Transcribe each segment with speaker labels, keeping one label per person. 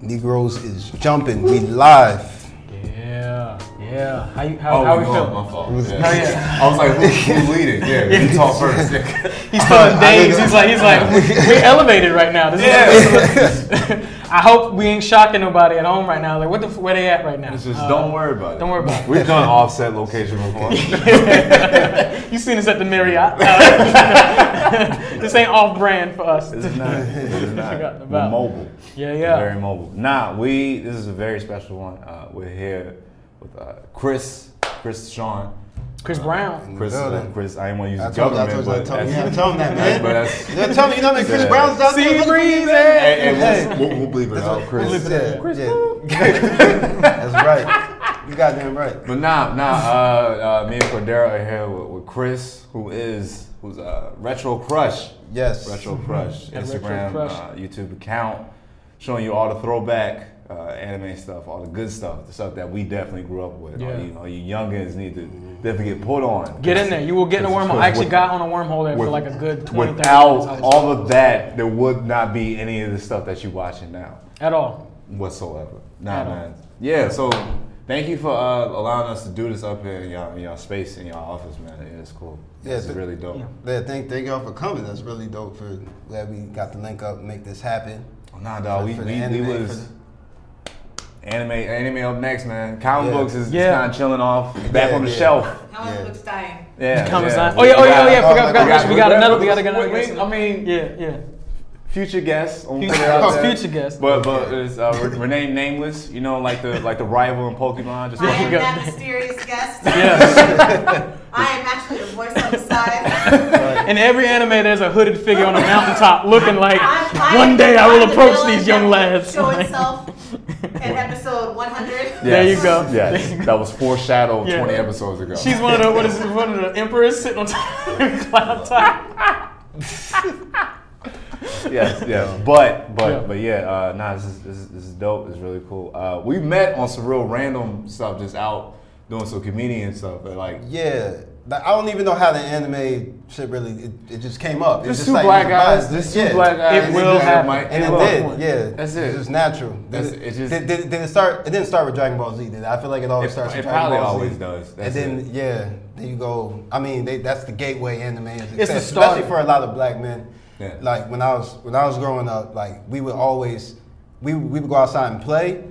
Speaker 1: Negroes is jumping. We live.
Speaker 2: Yeah, yeah. How you how, how we
Speaker 3: going,
Speaker 2: feel?
Speaker 3: Oh, My fault. Yeah.
Speaker 2: Hell yeah.
Speaker 3: I was like, who, who's leading? Yeah, you talk first. Yeah.
Speaker 2: He's telling Dave. He's like, he's like, we elevated right now. This is I hope we ain't shocking nobody at home right now. Like, what the f- where they at right now?
Speaker 3: It's just
Speaker 2: Uh,
Speaker 3: don't worry about it.
Speaker 2: don't worry about it.
Speaker 3: We've done offset location before.
Speaker 2: you seen us at the Marriott. Uh, this ain't off brand for us.
Speaker 3: This is not. This is not.
Speaker 2: Forgot
Speaker 3: We're
Speaker 2: about.
Speaker 3: mobile.
Speaker 2: Yeah, yeah.
Speaker 3: Very mobile. Nah, we. This is a very special one. Uh, we're here with uh, Chris, Chris Sean,
Speaker 2: Chris Brown.
Speaker 3: Chris.
Speaker 1: building.
Speaker 3: Uh, Chris. I didn't want to use
Speaker 1: I
Speaker 3: the
Speaker 1: told you, I told
Speaker 3: government,
Speaker 1: you, I
Speaker 3: but
Speaker 1: told you.
Speaker 3: that's-
Speaker 1: Yeah, tell him that, man.
Speaker 3: but that's.
Speaker 1: You know, tell me, you know, what I mean? Chris
Speaker 3: Yeah.
Speaker 1: Brown's out there.
Speaker 2: Sea
Speaker 1: looking-
Speaker 2: breeze.
Speaker 3: Hey,
Speaker 2: eh?
Speaker 3: hey, we'll, we'll, we'll bleep it out,
Speaker 1: Chris,
Speaker 3: Chris.
Speaker 1: yeah, yeah. That's right. You goddamn right.
Speaker 3: But nah, nah. Uh, uh, me and Cordero are here with, with Chris, who is who's a retro crush.
Speaker 1: Yes.
Speaker 3: Retro Crush
Speaker 2: At Mm-hmm. Retro
Speaker 3: Instagram,
Speaker 2: Crush.
Speaker 3: Uh, YouTube account, showing you all the throwback uh, anime stuff, all the good stuff, the stuff that we definitely grew up with.
Speaker 2: Yeah.
Speaker 3: All, you, all you youngins need to definitely get put on.
Speaker 2: Get in there. You will get in a wormhole. I actually
Speaker 3: With-
Speaker 2: got on a wormhole there for
Speaker 3: with-
Speaker 2: like a good 20, 30 minutes. I
Speaker 3: Without
Speaker 2: was-
Speaker 3: all of that, there would not be any of the stuff that you're watching now
Speaker 2: At all.
Speaker 3: whatsoever.
Speaker 2: At
Speaker 3: Nah,
Speaker 2: all.
Speaker 3: man. Yeah. So thank you for uh, allowing us to do this up here in y'all, in y'all space in y'all office, man. Yeah, it's cool.
Speaker 1: Yeah,
Speaker 3: it's
Speaker 1: th-
Speaker 3: really dope.
Speaker 2: Yeah.
Speaker 1: Yeah, thank thank y'all for coming. That's really dope. For glad we got the link up, and make this happen.
Speaker 3: Oh, Nah, dog,
Speaker 1: For-
Speaker 3: we,
Speaker 1: for the
Speaker 3: we,
Speaker 1: anime,
Speaker 3: we
Speaker 1: for
Speaker 3: was anime anime up next, man. Comic
Speaker 1: Yeah.
Speaker 3: books is,
Speaker 2: Yeah.
Speaker 3: kind of chilling off, back
Speaker 1: Yeah,
Speaker 3: on the
Speaker 1: yeah.
Speaker 3: shelf.
Speaker 4: How
Speaker 1: Yeah.
Speaker 4: it looks dying.
Speaker 3: Yeah,
Speaker 2: Comic
Speaker 3: yeah.
Speaker 2: Sans. Oh yeah, oh yeah, oh yeah.
Speaker 1: Oh,
Speaker 2: Forgot,
Speaker 1: we
Speaker 2: forgot.
Speaker 1: got-
Speaker 2: We got
Speaker 3: we-
Speaker 2: another.
Speaker 3: we-
Speaker 2: We got another.
Speaker 3: we-
Speaker 2: guest.
Speaker 3: I mean-
Speaker 2: yeah, yeah.
Speaker 3: Future guests, I'm
Speaker 2: Future
Speaker 3: putting it out
Speaker 2: guest.
Speaker 3: there.
Speaker 2: Future guest.
Speaker 3: But but it's uh, we're, we're named nameless, you know, like the like the rival in Pokemon. Just
Speaker 4: I am
Speaker 2: go.
Speaker 4: that mysterious guest.
Speaker 2: Yeah.
Speaker 4: I am actually a voice on the side.
Speaker 2: In every anime, there's a hooded figure on a mountaintop looking like,
Speaker 4: I'm- I'm-
Speaker 2: one day I
Speaker 4: I'm
Speaker 2: will
Speaker 4: the
Speaker 2: approach
Speaker 4: villain
Speaker 2: these young
Speaker 4: that will
Speaker 2: lads.
Speaker 4: Show
Speaker 2: Like-
Speaker 4: itself in episode 100.
Speaker 2: There you
Speaker 3: Yes,
Speaker 2: go. There you
Speaker 3: Yes, that was foreshadowed
Speaker 2: Yeah.
Speaker 3: 20 episodes ago.
Speaker 2: She's one of the what is it, one of the emperors sitting on top of cloud top.
Speaker 3: yes, yes. But but
Speaker 2: Yeah.
Speaker 3: but yeah, uh, nah, this is, this is this is dope. It's really cool. Uh, we met on some real random stuff, just out doing some comedian stuff, but like
Speaker 1: Yeah, like, I don't even know how the anime shit really. It, it just came up. It's
Speaker 3: Just
Speaker 1: just
Speaker 3: two
Speaker 1: like,
Speaker 3: black
Speaker 1: it was-
Speaker 3: guys. Just
Speaker 1: yeah.
Speaker 3: two black guys.
Speaker 2: It will
Speaker 3: just
Speaker 2: happen.
Speaker 3: might-
Speaker 1: And it
Speaker 3: will.
Speaker 1: did, yeah.
Speaker 3: That's
Speaker 1: It
Speaker 3: it.
Speaker 1: was natural.
Speaker 3: That's-
Speaker 1: did,
Speaker 3: it just-
Speaker 1: did, did, did it start? It didn't start with Dragon Ball Z. Did it? I feel like it always
Speaker 3: It-
Speaker 1: starts.
Speaker 3: it
Speaker 1: with Dragon
Speaker 3: probably
Speaker 1: Ball Z.
Speaker 3: always does. That's
Speaker 1: and then
Speaker 3: it.
Speaker 1: yeah, then you go. I mean, they, that's the gateway anime. Is
Speaker 2: the
Speaker 1: success,
Speaker 2: start.
Speaker 1: especially for a lot of black men.
Speaker 3: Yeah.
Speaker 1: Like when I was when I was growing up, like we would always we we would go outside and play,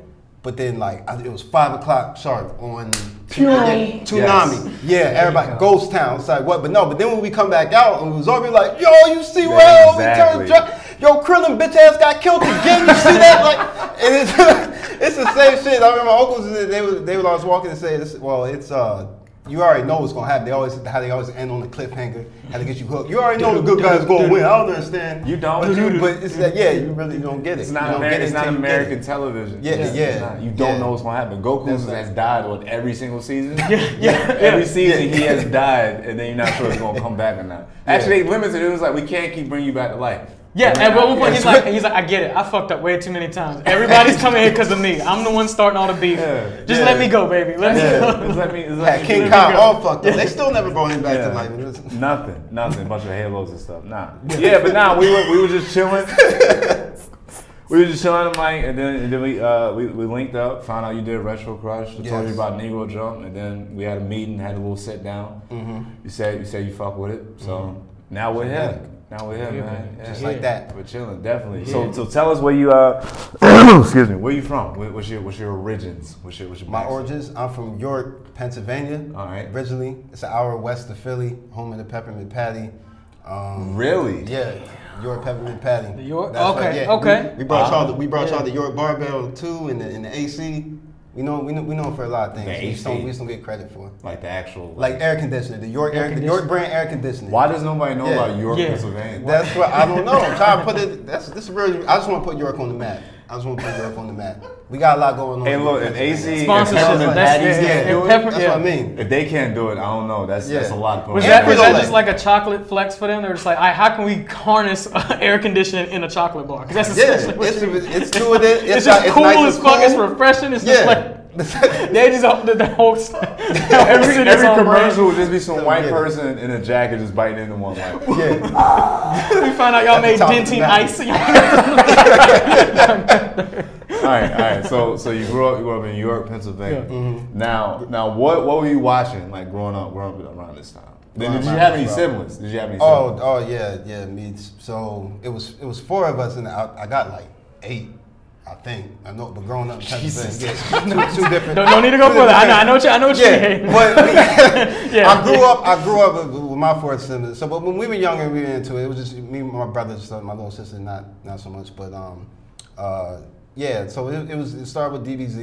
Speaker 1: but then like I, it was five o'clock sharp on.
Speaker 4: Tsunami.
Speaker 1: Tsunami. Yeah, everybody. Ghost Town. It's like what? But no. But then when we come back out and we was over, we like, yo, you see
Speaker 3: Yeah,
Speaker 1: well, we turned
Speaker 3: exactly.
Speaker 1: dr- yo Krillin bitch ass got killed again. You see that? Like, and it's it's the same shit. I remember my uncles they was they would always walking and say, this, well, it's uh. You already know what's gonna happen. They always how they always end on the cliffhanger, how they get you hooked. You already know the good guys gonna win. I don't understand.
Speaker 3: You don't.
Speaker 1: but, you, but it's that yeah. You really don't get it.
Speaker 3: It's
Speaker 1: You
Speaker 3: not
Speaker 1: don't get
Speaker 3: American.
Speaker 1: it
Speaker 3: It's not
Speaker 1: till you get it.
Speaker 3: American television.
Speaker 1: Yeah,
Speaker 3: It's
Speaker 1: yeah,
Speaker 3: not. You don't
Speaker 1: yeah.
Speaker 3: know what's gonna happen. Goku
Speaker 1: That's
Speaker 3: has
Speaker 1: right.
Speaker 3: died on every single season.
Speaker 2: yeah,
Speaker 3: Every
Speaker 2: yeah.
Speaker 3: season he has died, and then you're not sure it's gonna come back or not. Actually, they limited. it. It was like we can't keep bringing you back to life.
Speaker 2: Yeah,
Speaker 3: We're
Speaker 2: at
Speaker 3: not-
Speaker 2: one point he's like, he's like, I get it. I fucked up way too many times. Everybody's coming here because of me. I'm the one starting all the beef.
Speaker 3: Yeah,
Speaker 2: Just
Speaker 1: yeah.
Speaker 2: let me go, baby. Let me
Speaker 3: Yeah,
Speaker 2: go.
Speaker 3: just let me. just let
Speaker 1: Had
Speaker 3: me
Speaker 1: King
Speaker 3: do it.
Speaker 1: Kong all fucked up. They still never brought him back
Speaker 3: Yeah.
Speaker 1: to life. It was-
Speaker 3: Nothing, nothing. bunch of halos and stuff. Nah. Yeah, but nah, we were we were just chilling. we were just chilling, I'm like, and then and then we uh we, we linked up, found out you did Retro Crush. I told you
Speaker 1: Yes.
Speaker 3: about Negro Jump, and then we had a meeting, had a little sit down.
Speaker 1: Mm-hmm.
Speaker 3: You said you said you fuck with it, so now we're here. Now we're here, man. Yeah.
Speaker 1: Just like that.
Speaker 3: We're chilling, definitely. So so tell us where you uh excuse me, where you from? Where, what's your what's your origins? What's your what's your
Speaker 1: My
Speaker 3: backstory?
Speaker 1: origins, I'm from York, Pennsylvania.
Speaker 3: All right.
Speaker 1: Originally, it's an hour west of Philly, home of the peppermint patty. Um,
Speaker 3: Really?
Speaker 1: Yeah, York peppermint patty.
Speaker 2: The York-
Speaker 1: That's right,
Speaker 2: okay,
Speaker 1: yeah.
Speaker 2: okay.
Speaker 1: We, we brought
Speaker 3: Wow.
Speaker 1: y'all. The, we brought y'all the York barbell too, and the, and the AC. We know we know we know for a lot of things.
Speaker 3: The
Speaker 1: we just
Speaker 3: AC.
Speaker 1: don't we just don't get credit for.
Speaker 3: Like the actual
Speaker 1: Like air conditioner, the York air, the York brand air conditioner.
Speaker 3: why does nobody know
Speaker 1: Yeah.
Speaker 3: about York,
Speaker 2: Yeah.
Speaker 3: Pennsylvania?
Speaker 1: That's what I don't know. I'm trying to put it. That's this is really. I just want to put York on the map. I just want to put York on the map. We got a lot going on.
Speaker 3: Hey,
Speaker 1: in
Speaker 3: look,
Speaker 1: York,
Speaker 3: if AZ
Speaker 1: Pennsylvania.
Speaker 3: and
Speaker 2: Sponsorship,
Speaker 3: Peppermint
Speaker 2: that's-
Speaker 3: Patties
Speaker 2: yeah,
Speaker 3: can't
Speaker 2: yeah,
Speaker 3: do it,
Speaker 2: pepper-
Speaker 1: that's
Speaker 2: yeah.
Speaker 1: what I mean.
Speaker 3: if they can't do it, I don't know. That's that's a
Speaker 1: Yeah.
Speaker 3: lot. of
Speaker 2: Was
Speaker 3: people.
Speaker 2: that, was
Speaker 1: Every
Speaker 2: that
Speaker 1: day.
Speaker 2: just like a chocolate flex for them? They're just like, all right, how can we harness uh, air conditioning in a chocolate bar? Because that's
Speaker 1: Yeah,
Speaker 2: essentially what
Speaker 1: it's,
Speaker 2: you-
Speaker 1: it's two of it. It's,
Speaker 2: It's just
Speaker 1: not- it's
Speaker 2: cool
Speaker 1: nice and
Speaker 2: as fuck. It's
Speaker 1: cool.
Speaker 2: refreshing. It's just like
Speaker 1: Yeah.
Speaker 2: they just up the, the whole.
Speaker 3: every,
Speaker 2: every
Speaker 3: every commercial would just be some
Speaker 1: So,
Speaker 3: white
Speaker 1: yeah.
Speaker 3: person in a jacket just biting into one like
Speaker 1: yeah.
Speaker 2: We found out y'all
Speaker 1: At the
Speaker 2: made
Speaker 1: top of the
Speaker 2: dentine
Speaker 1: mountain.
Speaker 2: ice.
Speaker 3: right, all right. So, so you grew up, you grew up in New York, Pennsylvania.
Speaker 2: Yeah. Mm-hmm.
Speaker 3: Now, now, what, what were you watching like growing up, growing up around this time? Then, did you
Speaker 1: Around
Speaker 3: have
Speaker 1: this
Speaker 3: any
Speaker 1: time.
Speaker 3: siblings? Did you have any?
Speaker 1: Oh,
Speaker 3: siblings?
Speaker 1: oh yeah, yeah. Me. t- So it was it was four of us, and I, I got like eight, I think. I know, but growing up, in
Speaker 3: Jesus.
Speaker 1: Pennsylvania, yeah, two, two different.
Speaker 2: Don't, don't need to go
Speaker 1: two
Speaker 2: further. I know, I
Speaker 1: different
Speaker 2: know what you, I know what you
Speaker 1: parents. Yeah, but
Speaker 2: mean. Yeah.
Speaker 1: I grew up. I grew up with, with my four siblings. So, but when we were younger, and we were into it. It was just me, and my brother, just, uh, my little sister, not not so much. But um, uh, yeah. So it, it was. It started with DBZ,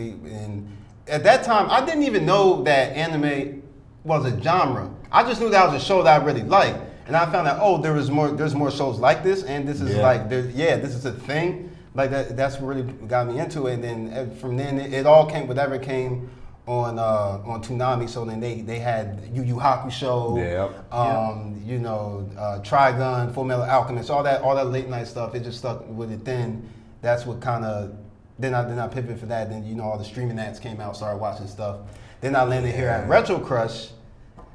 Speaker 1: and at that time, I didn't even know that anime was a genre. I just knew that was a show that I really liked, and I found out oh, there was more. There's more shows like this, and this is
Speaker 3: Yeah.
Speaker 1: like there, yeah, this is a thing. Like that, that's what really got me into it. And then uh, from then, it, it all came whatever came on uh, on Toonami. So then they they had Yu Yu Hakusho,
Speaker 3: Yep.
Speaker 1: um, you know, uh, Trigun, Full Metal Alchemist, all that all that late night stuff. It just stuck with it. Then that's what kind of then I then I pivoted for that. Then you know all the streaming ads came out, started watching stuff. Then I landed here at Retro Crush.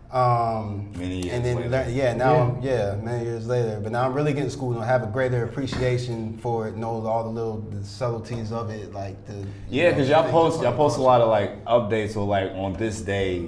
Speaker 1: Um,
Speaker 3: Many years
Speaker 1: and then
Speaker 3: later.
Speaker 1: learn- yeah, now I'm yeah, many years later. But now I'm really getting schooled and I have a greater appreciation for it, know all the little the subtleties of it, like the you
Speaker 3: Yeah,
Speaker 1: know,
Speaker 3: because y'all
Speaker 1: things
Speaker 3: post
Speaker 1: that
Speaker 3: y'all
Speaker 1: come
Speaker 3: post a
Speaker 1: across.
Speaker 3: lot of like updates or like on this day,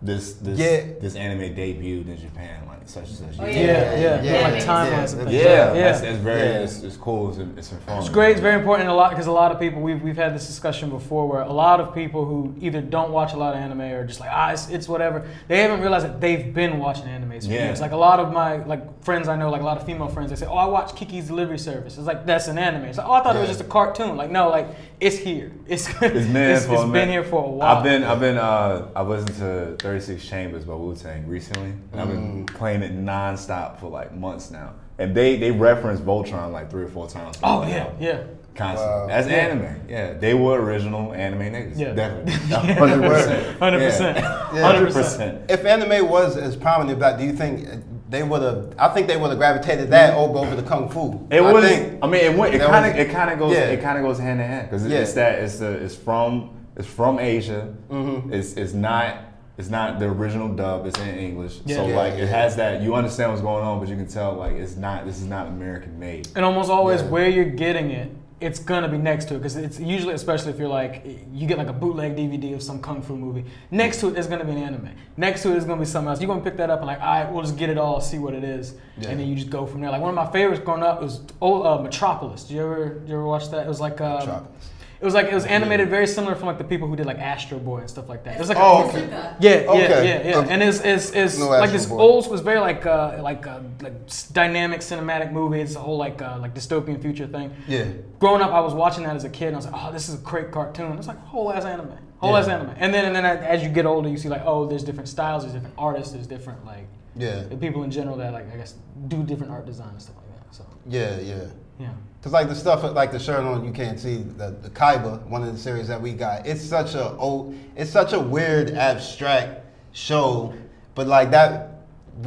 Speaker 3: this this
Speaker 1: Yeah.
Speaker 3: this anime debuted in Japan, like such and such.
Speaker 4: Oh,
Speaker 2: Yeah, yeah,
Speaker 1: Yeah.
Speaker 2: like timelines
Speaker 1: Yeah.
Speaker 2: and things.
Speaker 3: Yeah,
Speaker 2: like that.
Speaker 3: That's, that's very
Speaker 1: Yeah.
Speaker 3: It's, it's cool. It's, it's informative.
Speaker 2: It's great. It's very important a lot because a lot of people we've we've had this discussion before where a lot of people who either don't watch a lot of anime or just like ah it's, it's whatever they haven't realized that they've been watching animes for
Speaker 3: Yeah.
Speaker 2: years. Like a lot of my like friends I know, like a lot of female friends, they say, oh I watch Kiki's Delivery Service. It's like that's an anime. It's like oh I thought it was
Speaker 1: Yeah.
Speaker 2: just a cartoon. Like no, like it's here. It's
Speaker 3: It's been here for a
Speaker 2: it's been
Speaker 3: minute.
Speaker 2: here for a while.
Speaker 3: I've been I've been uh I've listened to 36 Chambers by Wu Tang recently, and I've been
Speaker 1: Mm.
Speaker 3: playing it nonstop for like months now. And they they reference Voltron like three or four times.
Speaker 2: Oh yeah, yeah.
Speaker 3: Constantly.
Speaker 1: Wow.
Speaker 3: That's anime. Yeah. They were original anime niggas.
Speaker 2: Yeah.
Speaker 3: Definitely.
Speaker 2: Yeah.
Speaker 3: 100%.
Speaker 2: 100%.
Speaker 3: Yeah.
Speaker 2: 100%.
Speaker 3: 100%.
Speaker 1: If anime was as prominent, but do you think they would have? I think they would have gravitated that over over the kung fu.
Speaker 3: It
Speaker 1: I
Speaker 3: was.
Speaker 1: think-
Speaker 3: I mean, it went. It
Speaker 1: that
Speaker 3: kind of.
Speaker 1: was-
Speaker 3: It kind of goes.
Speaker 1: yeah.
Speaker 3: It kind of goes hand in hand because
Speaker 1: Yeah.
Speaker 3: it's that. It's the. It's from. It's from Asia.
Speaker 1: Mm-hmm.
Speaker 3: It's. It's not. It's not the original dub. It's in English.
Speaker 2: Yeah.
Speaker 3: So
Speaker 2: Yeah,
Speaker 3: like,
Speaker 1: yeah.
Speaker 3: it has that. You understand what's going on, but you can tell like it's not. This is not American made.
Speaker 2: and almost always
Speaker 1: Yeah.
Speaker 2: where you're getting it it's gonna be next to it because it's usually especially if you're like you get like a bootleg dvd of some kung fu movie next to it is gonna be an anime next to it is gonna be something else you're gonna pick that up and like all right we'll just get it all see what it is
Speaker 1: Yeah.
Speaker 2: and then you just go from there like one of my favorites growing up was old uh, metropolis did you ever did you ever watch that it was like uh
Speaker 1: Metropolis.
Speaker 2: it was like it was animated very similar from like the people who did like astro boy and stuff like that it was like a-
Speaker 1: Oh, okay.
Speaker 2: yeah,
Speaker 1: Okay.
Speaker 2: yeah, yeah, yeah.
Speaker 1: Um,
Speaker 2: and it's it's, it's
Speaker 1: no
Speaker 2: like
Speaker 1: actual
Speaker 2: this
Speaker 1: boy.
Speaker 2: old was very like uh, like uh, like s- dynamic cinematic movie. It's a whole like uh, like dystopian future thing.
Speaker 1: Yeah.
Speaker 2: Growing up, I was watching that as a kid, and I was like, oh, this is a great cartoon. It's like a whole ass anime, whole
Speaker 1: Yeah.
Speaker 2: ass anime. And then and then a- as you get older, you see like oh, there's different styles, there's different artists, there's different like
Speaker 1: Yeah,
Speaker 2: the people in general that like I guess do different art design and stuff like that. So
Speaker 1: yeah, yeah.
Speaker 2: yeah,
Speaker 1: Cause like the stuff that- like the shirt on you can't see the, the Kaiba one of the series that we got it's such a old it's such a weird abstract show but like that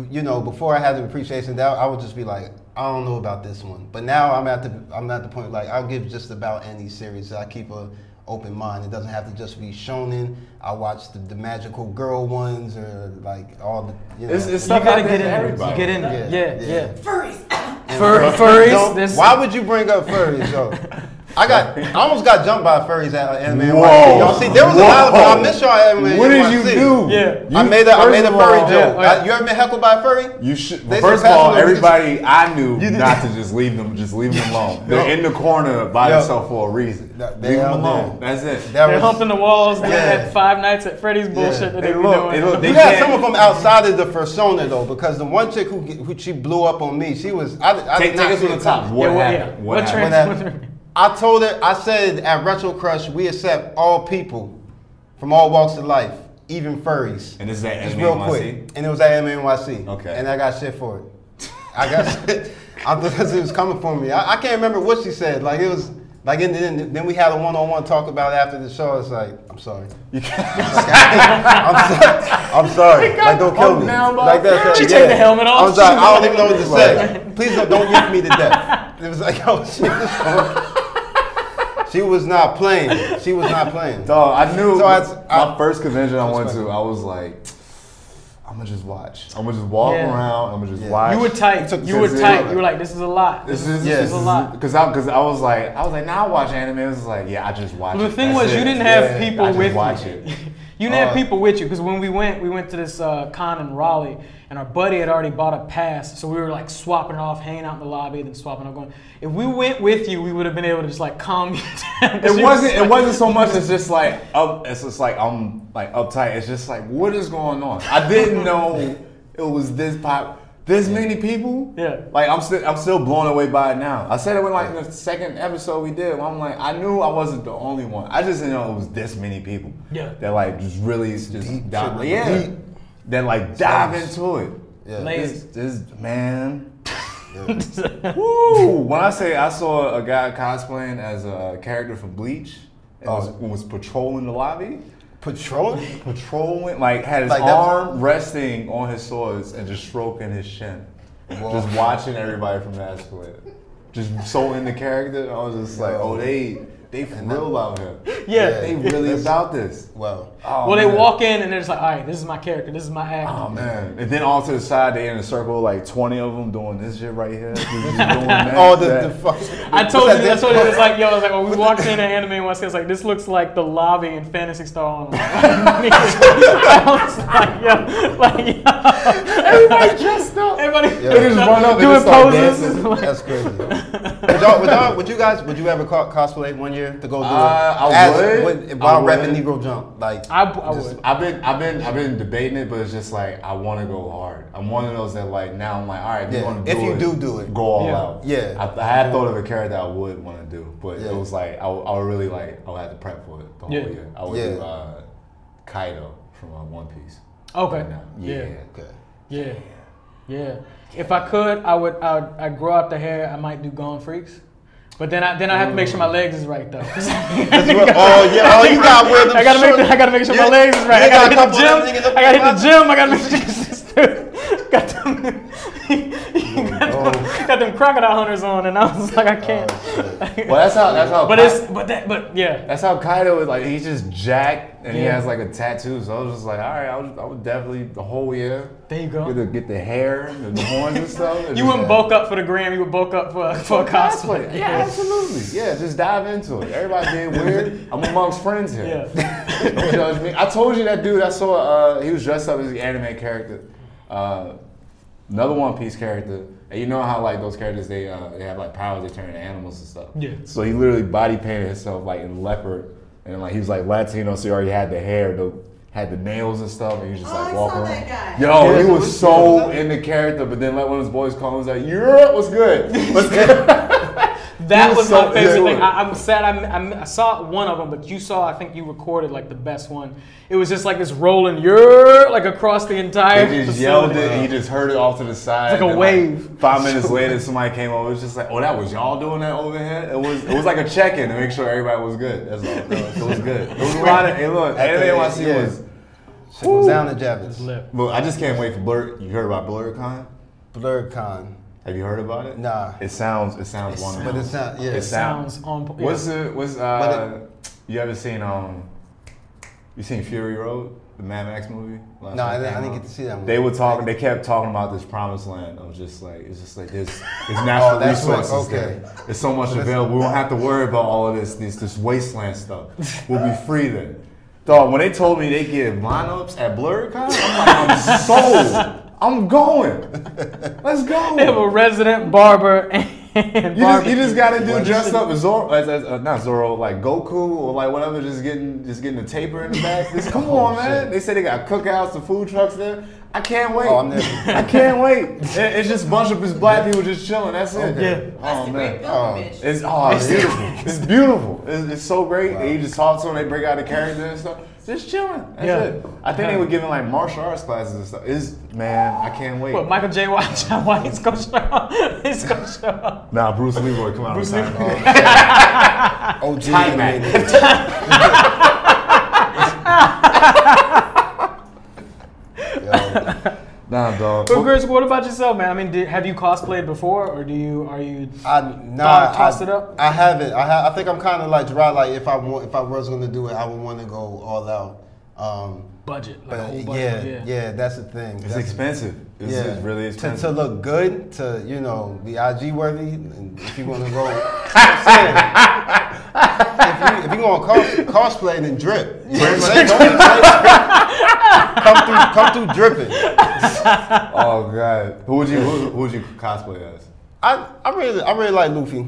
Speaker 1: you know before I had the appreciation that I would just be like I don't know about this one but now I'm at the I'm at the point like I'll give just about any series I keep a open mind it doesn't have to just be shonen I watch the, the magical girl ones or like all the you know
Speaker 3: It's, it's
Speaker 2: you
Speaker 3: stuff
Speaker 2: gotta
Speaker 3: out
Speaker 2: get
Speaker 3: there
Speaker 2: in
Speaker 3: for
Speaker 2: there.
Speaker 3: everybody.
Speaker 2: You get in there.
Speaker 1: Yeah,
Speaker 2: Yeah, yeah.
Speaker 1: yeah.
Speaker 4: Furries.
Speaker 2: Fur, furries.
Speaker 1: Don't-
Speaker 2: This,
Speaker 1: why would you bring up furries, yo? I got, I almost got jumped by furries at uh, anime.
Speaker 3: Whoa.
Speaker 1: NYC. Y'all see, there was a lot of,
Speaker 3: Whoa.
Speaker 1: I missed y'all at anime.
Speaker 3: What did you do?
Speaker 2: Yeah.
Speaker 3: You-
Speaker 1: I made a, I
Speaker 3: first
Speaker 1: made a
Speaker 3: of
Speaker 1: furry
Speaker 3: all,
Speaker 1: joke.
Speaker 2: yeah.
Speaker 1: I- you ever been heckled by a furry?
Speaker 3: You should.
Speaker 1: They
Speaker 3: first
Speaker 1: said
Speaker 3: of all,
Speaker 1: pass it over.
Speaker 3: everybody I knew not to just leave them. Just leave them alone. They're
Speaker 1: Yo.
Speaker 3: in the corner by
Speaker 1: Yo.
Speaker 3: themselves for a reason.
Speaker 1: Th- they
Speaker 3: leave them
Speaker 1: out
Speaker 3: alone.
Speaker 1: there.
Speaker 3: That's it.
Speaker 1: That
Speaker 2: They're humping the walls. They
Speaker 1: Yeah.
Speaker 2: had Five Nights at Freddy's bullshit that they
Speaker 3: They
Speaker 2: were doing.
Speaker 3: look- they look-
Speaker 1: You
Speaker 3: they-
Speaker 1: had
Speaker 3: Yeah.
Speaker 1: some of them outside of the persona though, because the one chick who who she blew up on me, she was I, I
Speaker 3: Take,
Speaker 1: did not
Speaker 3: take us
Speaker 1: see
Speaker 3: to the
Speaker 1: it
Speaker 3: top.
Speaker 1: coming.
Speaker 3: What
Speaker 2: yeah, well,
Speaker 3: happened?
Speaker 2: yeah.
Speaker 3: What
Speaker 2: What
Speaker 3: happened?
Speaker 2: trans-
Speaker 1: What happened? I told her, I said at Retro Crush, we accept all people from all walks of life, even furries.
Speaker 3: And this is at
Speaker 1: Just
Speaker 3: NYC?
Speaker 1: real quick. And it was at MNYC.
Speaker 3: Okay.
Speaker 1: And I got shit for it. I got shit. I thought it was coming for me. I, I can't remember what she said. Like it was like and then then we had a one on one talk about it after the show. It's like, I'm sorry. I'm sorry. I'm sorry. Like don't kill me.
Speaker 3: Humped down by
Speaker 1: Like that.
Speaker 2: She
Speaker 1: yeah.
Speaker 2: take the helmet off.
Speaker 1: I'm sorry.
Speaker 2: She
Speaker 1: I don't
Speaker 2: was
Speaker 1: even know what to
Speaker 3: like-
Speaker 1: say. Please don't don't beat me to death. It was like oh shit. She was not playing. She was not playing.
Speaker 3: So I knew
Speaker 1: So I-
Speaker 3: my
Speaker 1: I-
Speaker 3: first convention I went
Speaker 1: funny.
Speaker 3: to, I was like, I I'm gonna just watch. I'm gonna just walk
Speaker 2: Yeah.
Speaker 3: around. I'm gonna just
Speaker 1: Yeah.
Speaker 3: watch.
Speaker 2: You were tight.
Speaker 1: took
Speaker 2: You were
Speaker 3: this is-
Speaker 2: tight. You were like, this is a lot.
Speaker 3: This is,
Speaker 1: Yes.
Speaker 3: this is a lot. Cause I, cause I was like, I was like, now I watch anime. It was like, yeah, I just watch.
Speaker 2: Well,
Speaker 3: it.
Speaker 2: the thing
Speaker 3: That's
Speaker 2: was, you
Speaker 3: it.
Speaker 2: didn't have
Speaker 3: Yeah,
Speaker 2: people
Speaker 3: I just
Speaker 2: with
Speaker 3: watch
Speaker 2: you.
Speaker 3: it.
Speaker 2: you didn't
Speaker 1: Uh,
Speaker 2: have people with you because when we went, we went to this uh, con in Raleigh, and our buddy had already bought a pass, so we were like swapping it off, hanging out in the lobby, then swapping off. Going, if we went with you, we would have been able to just like calm you down. 'Cause
Speaker 3: It
Speaker 2: you
Speaker 3: wasn't.
Speaker 2: was
Speaker 3: It
Speaker 2: like-
Speaker 3: wasn't so much. It's just like up. It's just like I'm like uptight. It's just like what is going on. I didn't know it was this pop. This many people.
Speaker 2: Yeah.
Speaker 3: Like I'm still. I'm still blown away by it now. I said it when like the second episode we did. I'm like I knew I wasn't the only one. I just didn't know it was this many people.
Speaker 2: Yeah.
Speaker 3: That like just really just
Speaker 1: Deep
Speaker 3: dive.
Speaker 1: shit,
Speaker 3: yeah.
Speaker 1: deep.
Speaker 3: That like dive into it.
Speaker 1: Yeah.
Speaker 2: Like-
Speaker 3: This, this man.
Speaker 1: yeah.
Speaker 3: Woo! When I say I saw a guy cosplaying as a character from Bleach, and was,
Speaker 1: Oh.
Speaker 3: was patrolling the lobby,
Speaker 1: Patrolling?
Speaker 3: patrolling like had his
Speaker 1: Like that was-
Speaker 3: arm resting on his swords and just stroking his shin,
Speaker 1: Whoa.
Speaker 3: just watching everybody from the escalator, just so in the character. I was just like, oh, they they for real out here.
Speaker 2: Yeah.
Speaker 3: They really about this.
Speaker 1: Wow.
Speaker 3: Oh,
Speaker 2: Well, they
Speaker 3: man.
Speaker 2: walk in and they're just like, all right, this is my character, this is my act.
Speaker 3: Oh man! And then all to the side, they in a circle, like twenty of them doing this shit right here. Just doing that,
Speaker 1: All the,
Speaker 3: that.
Speaker 1: the fuck.
Speaker 2: I told
Speaker 1: What's
Speaker 2: you, I
Speaker 1: that
Speaker 2: told you, it's like, yo, I was like, when we walked in at Anime West, I was like, this looks like the lobby in Fantasy Star Online. I was like, yo, like, yo. Everybody dressed up. Everybody
Speaker 1: They just
Speaker 3: run up and
Speaker 2: doing
Speaker 3: just start
Speaker 2: poses.
Speaker 3: dancing.
Speaker 2: Like,
Speaker 1: That's crazy. would, y'all, would, y'all, would you guys? Would you ever co- cosplay one year to go do
Speaker 3: Uh, I
Speaker 1: it?
Speaker 3: would.
Speaker 1: with- While
Speaker 3: I
Speaker 1: rapping
Speaker 3: would.
Speaker 1: Negro Jump, like
Speaker 2: I, I
Speaker 3: Just-
Speaker 2: would.
Speaker 3: I've been, I've been, I've been debating it, but it's just like I want to go hard. I'm one of those that like now I'm like, all right, if
Speaker 1: Yeah,
Speaker 3: you want to
Speaker 1: if
Speaker 3: do
Speaker 1: you
Speaker 3: it,
Speaker 1: do do it.
Speaker 3: go all
Speaker 2: Yeah.
Speaker 3: out.
Speaker 1: Yeah.
Speaker 3: I, I had thought of a character I would want to do, but
Speaker 1: Yeah.
Speaker 3: it was like I, would- I would really like I would have to prep for it the whole
Speaker 2: Yeah.
Speaker 3: year. I would
Speaker 1: Yeah.
Speaker 3: do uh, Kaido from uh, One Piece.
Speaker 2: Okay.
Speaker 3: Right now.
Speaker 2: Yeah.
Speaker 1: okay.
Speaker 2: Yeah. Yeah. If I could, I would. I would. I grow out the hair. I might do Gone Freaks. But then I then I have to make sure my legs is right though.
Speaker 1: oh yeah, oh you got wear them
Speaker 2: I gotta make
Speaker 1: shorts.
Speaker 2: I gotta make sure
Speaker 1: Yeah.
Speaker 2: my legs is right.
Speaker 1: You
Speaker 2: I gotta
Speaker 1: got a
Speaker 2: hit the
Speaker 1: couple of them
Speaker 2: gym.
Speaker 1: niggas
Speaker 2: I gotta hit
Speaker 1: up
Speaker 2: the gym. I gotta make sure this dude got them. you got,
Speaker 3: oh.
Speaker 2: them got them crocodile hunters on, and I was like, I can't.
Speaker 3: Well, that's how that's how.
Speaker 2: but
Speaker 3: Kai-
Speaker 2: it's but that but yeah.
Speaker 3: that's how Kaido is like. He's just jacked and he
Speaker 2: Yeah.
Speaker 3: has like a tattoo. So I was just like, all right, I would, I would definitely the whole year.
Speaker 2: There you
Speaker 3: Get
Speaker 2: go.
Speaker 3: the, get the hair, and the horns and stuff. and
Speaker 2: You
Speaker 3: just-
Speaker 2: wouldn't bulk up for the gram. You would bulk up for for a cosplay.
Speaker 3: Yeah, absolutely. Yeah, just dive into it. Everybody being weird. I'm amongst friends here.
Speaker 2: Yeah.
Speaker 3: Don't judge me. I told you that dude I saw. Uh, he was dressed up as an anime character, uh, another One Piece character. And you know how like those characters they uh, they have like powers, they turn into animals and stuff.
Speaker 2: Yeah.
Speaker 3: So he literally body painted himself like in leopard, and like he was like Latino, so he already had the hair, the had the nails and stuff, and he was just
Speaker 4: Oh, I
Speaker 3: like
Speaker 4: saw
Speaker 3: walking
Speaker 4: that
Speaker 3: around.
Speaker 4: guy.
Speaker 3: Yo,
Speaker 1: Yeah,
Speaker 3: he
Speaker 1: so
Speaker 3: was
Speaker 1: what's-
Speaker 3: so in the character, but then like one of his boys called him, he was like, "Europe, what's good?" What's good?
Speaker 2: That
Speaker 3: He
Speaker 2: was
Speaker 3: was
Speaker 2: my
Speaker 3: so
Speaker 2: favorite
Speaker 3: into
Speaker 2: thing.
Speaker 3: it.
Speaker 2: I, I'm sad. I, I, I saw one of them, but you saw. I think you recorded like the best one. It was just like this rolling "Yer" like across the entire.
Speaker 3: They just
Speaker 2: facility.
Speaker 3: yelled it. and He just heard it off to the side.
Speaker 2: It's like a
Speaker 3: and
Speaker 2: wave.
Speaker 3: five minutes later, somebody came over. It was just like, "Oh, that was y'all doing that over here." It was. It was like a check-in to make sure everybody was good. That's all. It was good. It was a lot of. Hey, look, NYC
Speaker 1: Yeah.
Speaker 3: was.
Speaker 1: Shit goes down to Javits.
Speaker 2: Lip.
Speaker 3: Look, I just can't wait for Blur. You heard about BlurCon?
Speaker 1: BlurCon.
Speaker 3: Have you heard about it?
Speaker 1: Nah.
Speaker 3: It sounds. It sounds wonderful.
Speaker 1: But it's not. Yeah.
Speaker 3: It's not-
Speaker 2: Sounds on point.
Speaker 3: What's
Speaker 2: yeah.
Speaker 3: the? What's
Speaker 1: But
Speaker 3: uh? You ever seen um? You seen Fury Road, the Mad Max movie? Last
Speaker 1: No, I
Speaker 3: time it
Speaker 1: didn't, I
Speaker 3: came
Speaker 1: didn't
Speaker 3: out?
Speaker 1: get to see that one.
Speaker 3: They were talking. They kept talking about this promised land of just like it's just like this, this
Speaker 1: Oh,
Speaker 3: natural
Speaker 1: that's what-
Speaker 3: resources
Speaker 1: okay.
Speaker 3: there. There's so much available. We won't have to worry about all of this this this wasteland stuff. We'll be free then. Dog, when they told me they give lineups at BlurCon, I'm like, I'm sold. I'm going. Let's go.
Speaker 2: They have a resident barber and
Speaker 3: You just, you
Speaker 2: barbecue.
Speaker 3: just got to do dressed up as Zoro, as, as uh, not Zoro, like Goku or like whatever, just getting just getting the taper in the back. Just
Speaker 2: Oh,
Speaker 3: come on, man. They say they got cookouts, the food trucks there. I can't wait.
Speaker 1: Oh, I'm there.
Speaker 3: I can't wait. It- it's just a bunch of just black people just chilling. That's it.
Speaker 1: Okay.
Speaker 4: That's
Speaker 3: Oh
Speaker 4: the
Speaker 3: man.
Speaker 4: great
Speaker 1: Oh.
Speaker 4: building, bitch.
Speaker 3: It's oh, it's beautiful. It's beautiful. It's, it's so great. And you just talk to them. They break out the character and stuff. Just chilling. That's
Speaker 2: Yeah.
Speaker 3: it. I think they were giving like martial arts classes and stuff. Is man, I can't wait.
Speaker 2: What, Michael J. White, John White's gonna show up. He's gonna show up.
Speaker 3: Nah, Bruce Leroy, come out.
Speaker 2: Bruce
Speaker 3: of retirement.
Speaker 2: Leroy.
Speaker 1: OG.
Speaker 3: Time out.
Speaker 1: animated. Yo,
Speaker 3: Nah, dog.
Speaker 2: But Chris, what about yourself, man? I mean, did, have you cosplayed before, or do you? Are you?
Speaker 1: I
Speaker 2: Bob,
Speaker 1: nah,
Speaker 2: toss
Speaker 1: I,
Speaker 2: it up?
Speaker 1: I haven't. I, ha- I think I'm kind of like dry. Like if I want, if I was going to do it, I would want to go all out. Um,
Speaker 2: budget, like
Speaker 3: Uh,
Speaker 1: but
Speaker 2: a whole
Speaker 1: yeah,
Speaker 2: budget.
Speaker 1: yeah, that's the thing.
Speaker 3: It's
Speaker 1: That's-
Speaker 3: expensive. This
Speaker 1: yeah.
Speaker 3: is really
Speaker 1: to,
Speaker 3: expensive.
Speaker 1: to look good, to you know, be IG worthy, and if you want to roll, I'm saying, if you if you want to cos, cosplay, then drip. You know what I'm saying? Don't be playing. come through, come through dripping.
Speaker 3: oh god. Who would you who, who would you cosplay as?
Speaker 1: I, I really I really like Luffy.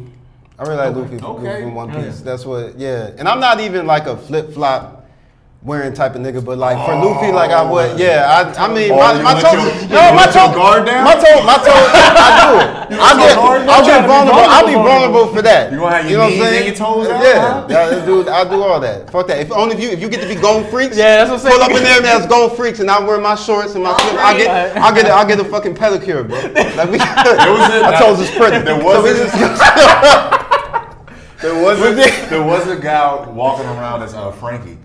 Speaker 1: I really like Luffy from,
Speaker 3: Okay.
Speaker 1: from One
Speaker 2: Yeah.
Speaker 1: Piece. That's what yeah. And I'm not even like a flip flop wearing type of nigga, but like for Luffy, like I would yeah. I I mean
Speaker 3: Oh,
Speaker 1: my,
Speaker 3: you
Speaker 1: my
Speaker 3: let
Speaker 1: toe
Speaker 3: your- you
Speaker 1: no my
Speaker 3: let your
Speaker 1: toe
Speaker 3: guard down?
Speaker 1: my toe my toe I do it. I
Speaker 3: let your
Speaker 1: get
Speaker 3: guard
Speaker 1: I'll
Speaker 3: down?
Speaker 1: get vulnerable. I'll be
Speaker 2: Vulnerable.
Speaker 1: vulnerable for that.
Speaker 3: You gonna have your knees and your toes out, huh?
Speaker 1: Yeah, yeah, dude, I do all that. Fuck that. If only if you if you get to be gone freaks.
Speaker 2: Yeah, that's what I'm saying.
Speaker 1: Pull up in there and that's gone freaks, and I wear my shorts and my slip. I get I get a, I get a fucking pedicure, bro. Like we.
Speaker 3: was a-
Speaker 1: I told this pretty.
Speaker 3: There
Speaker 1: So
Speaker 3: was
Speaker 1: we
Speaker 3: a-
Speaker 1: just-
Speaker 3: There was a, there was a guy walking around as uh, Frankie.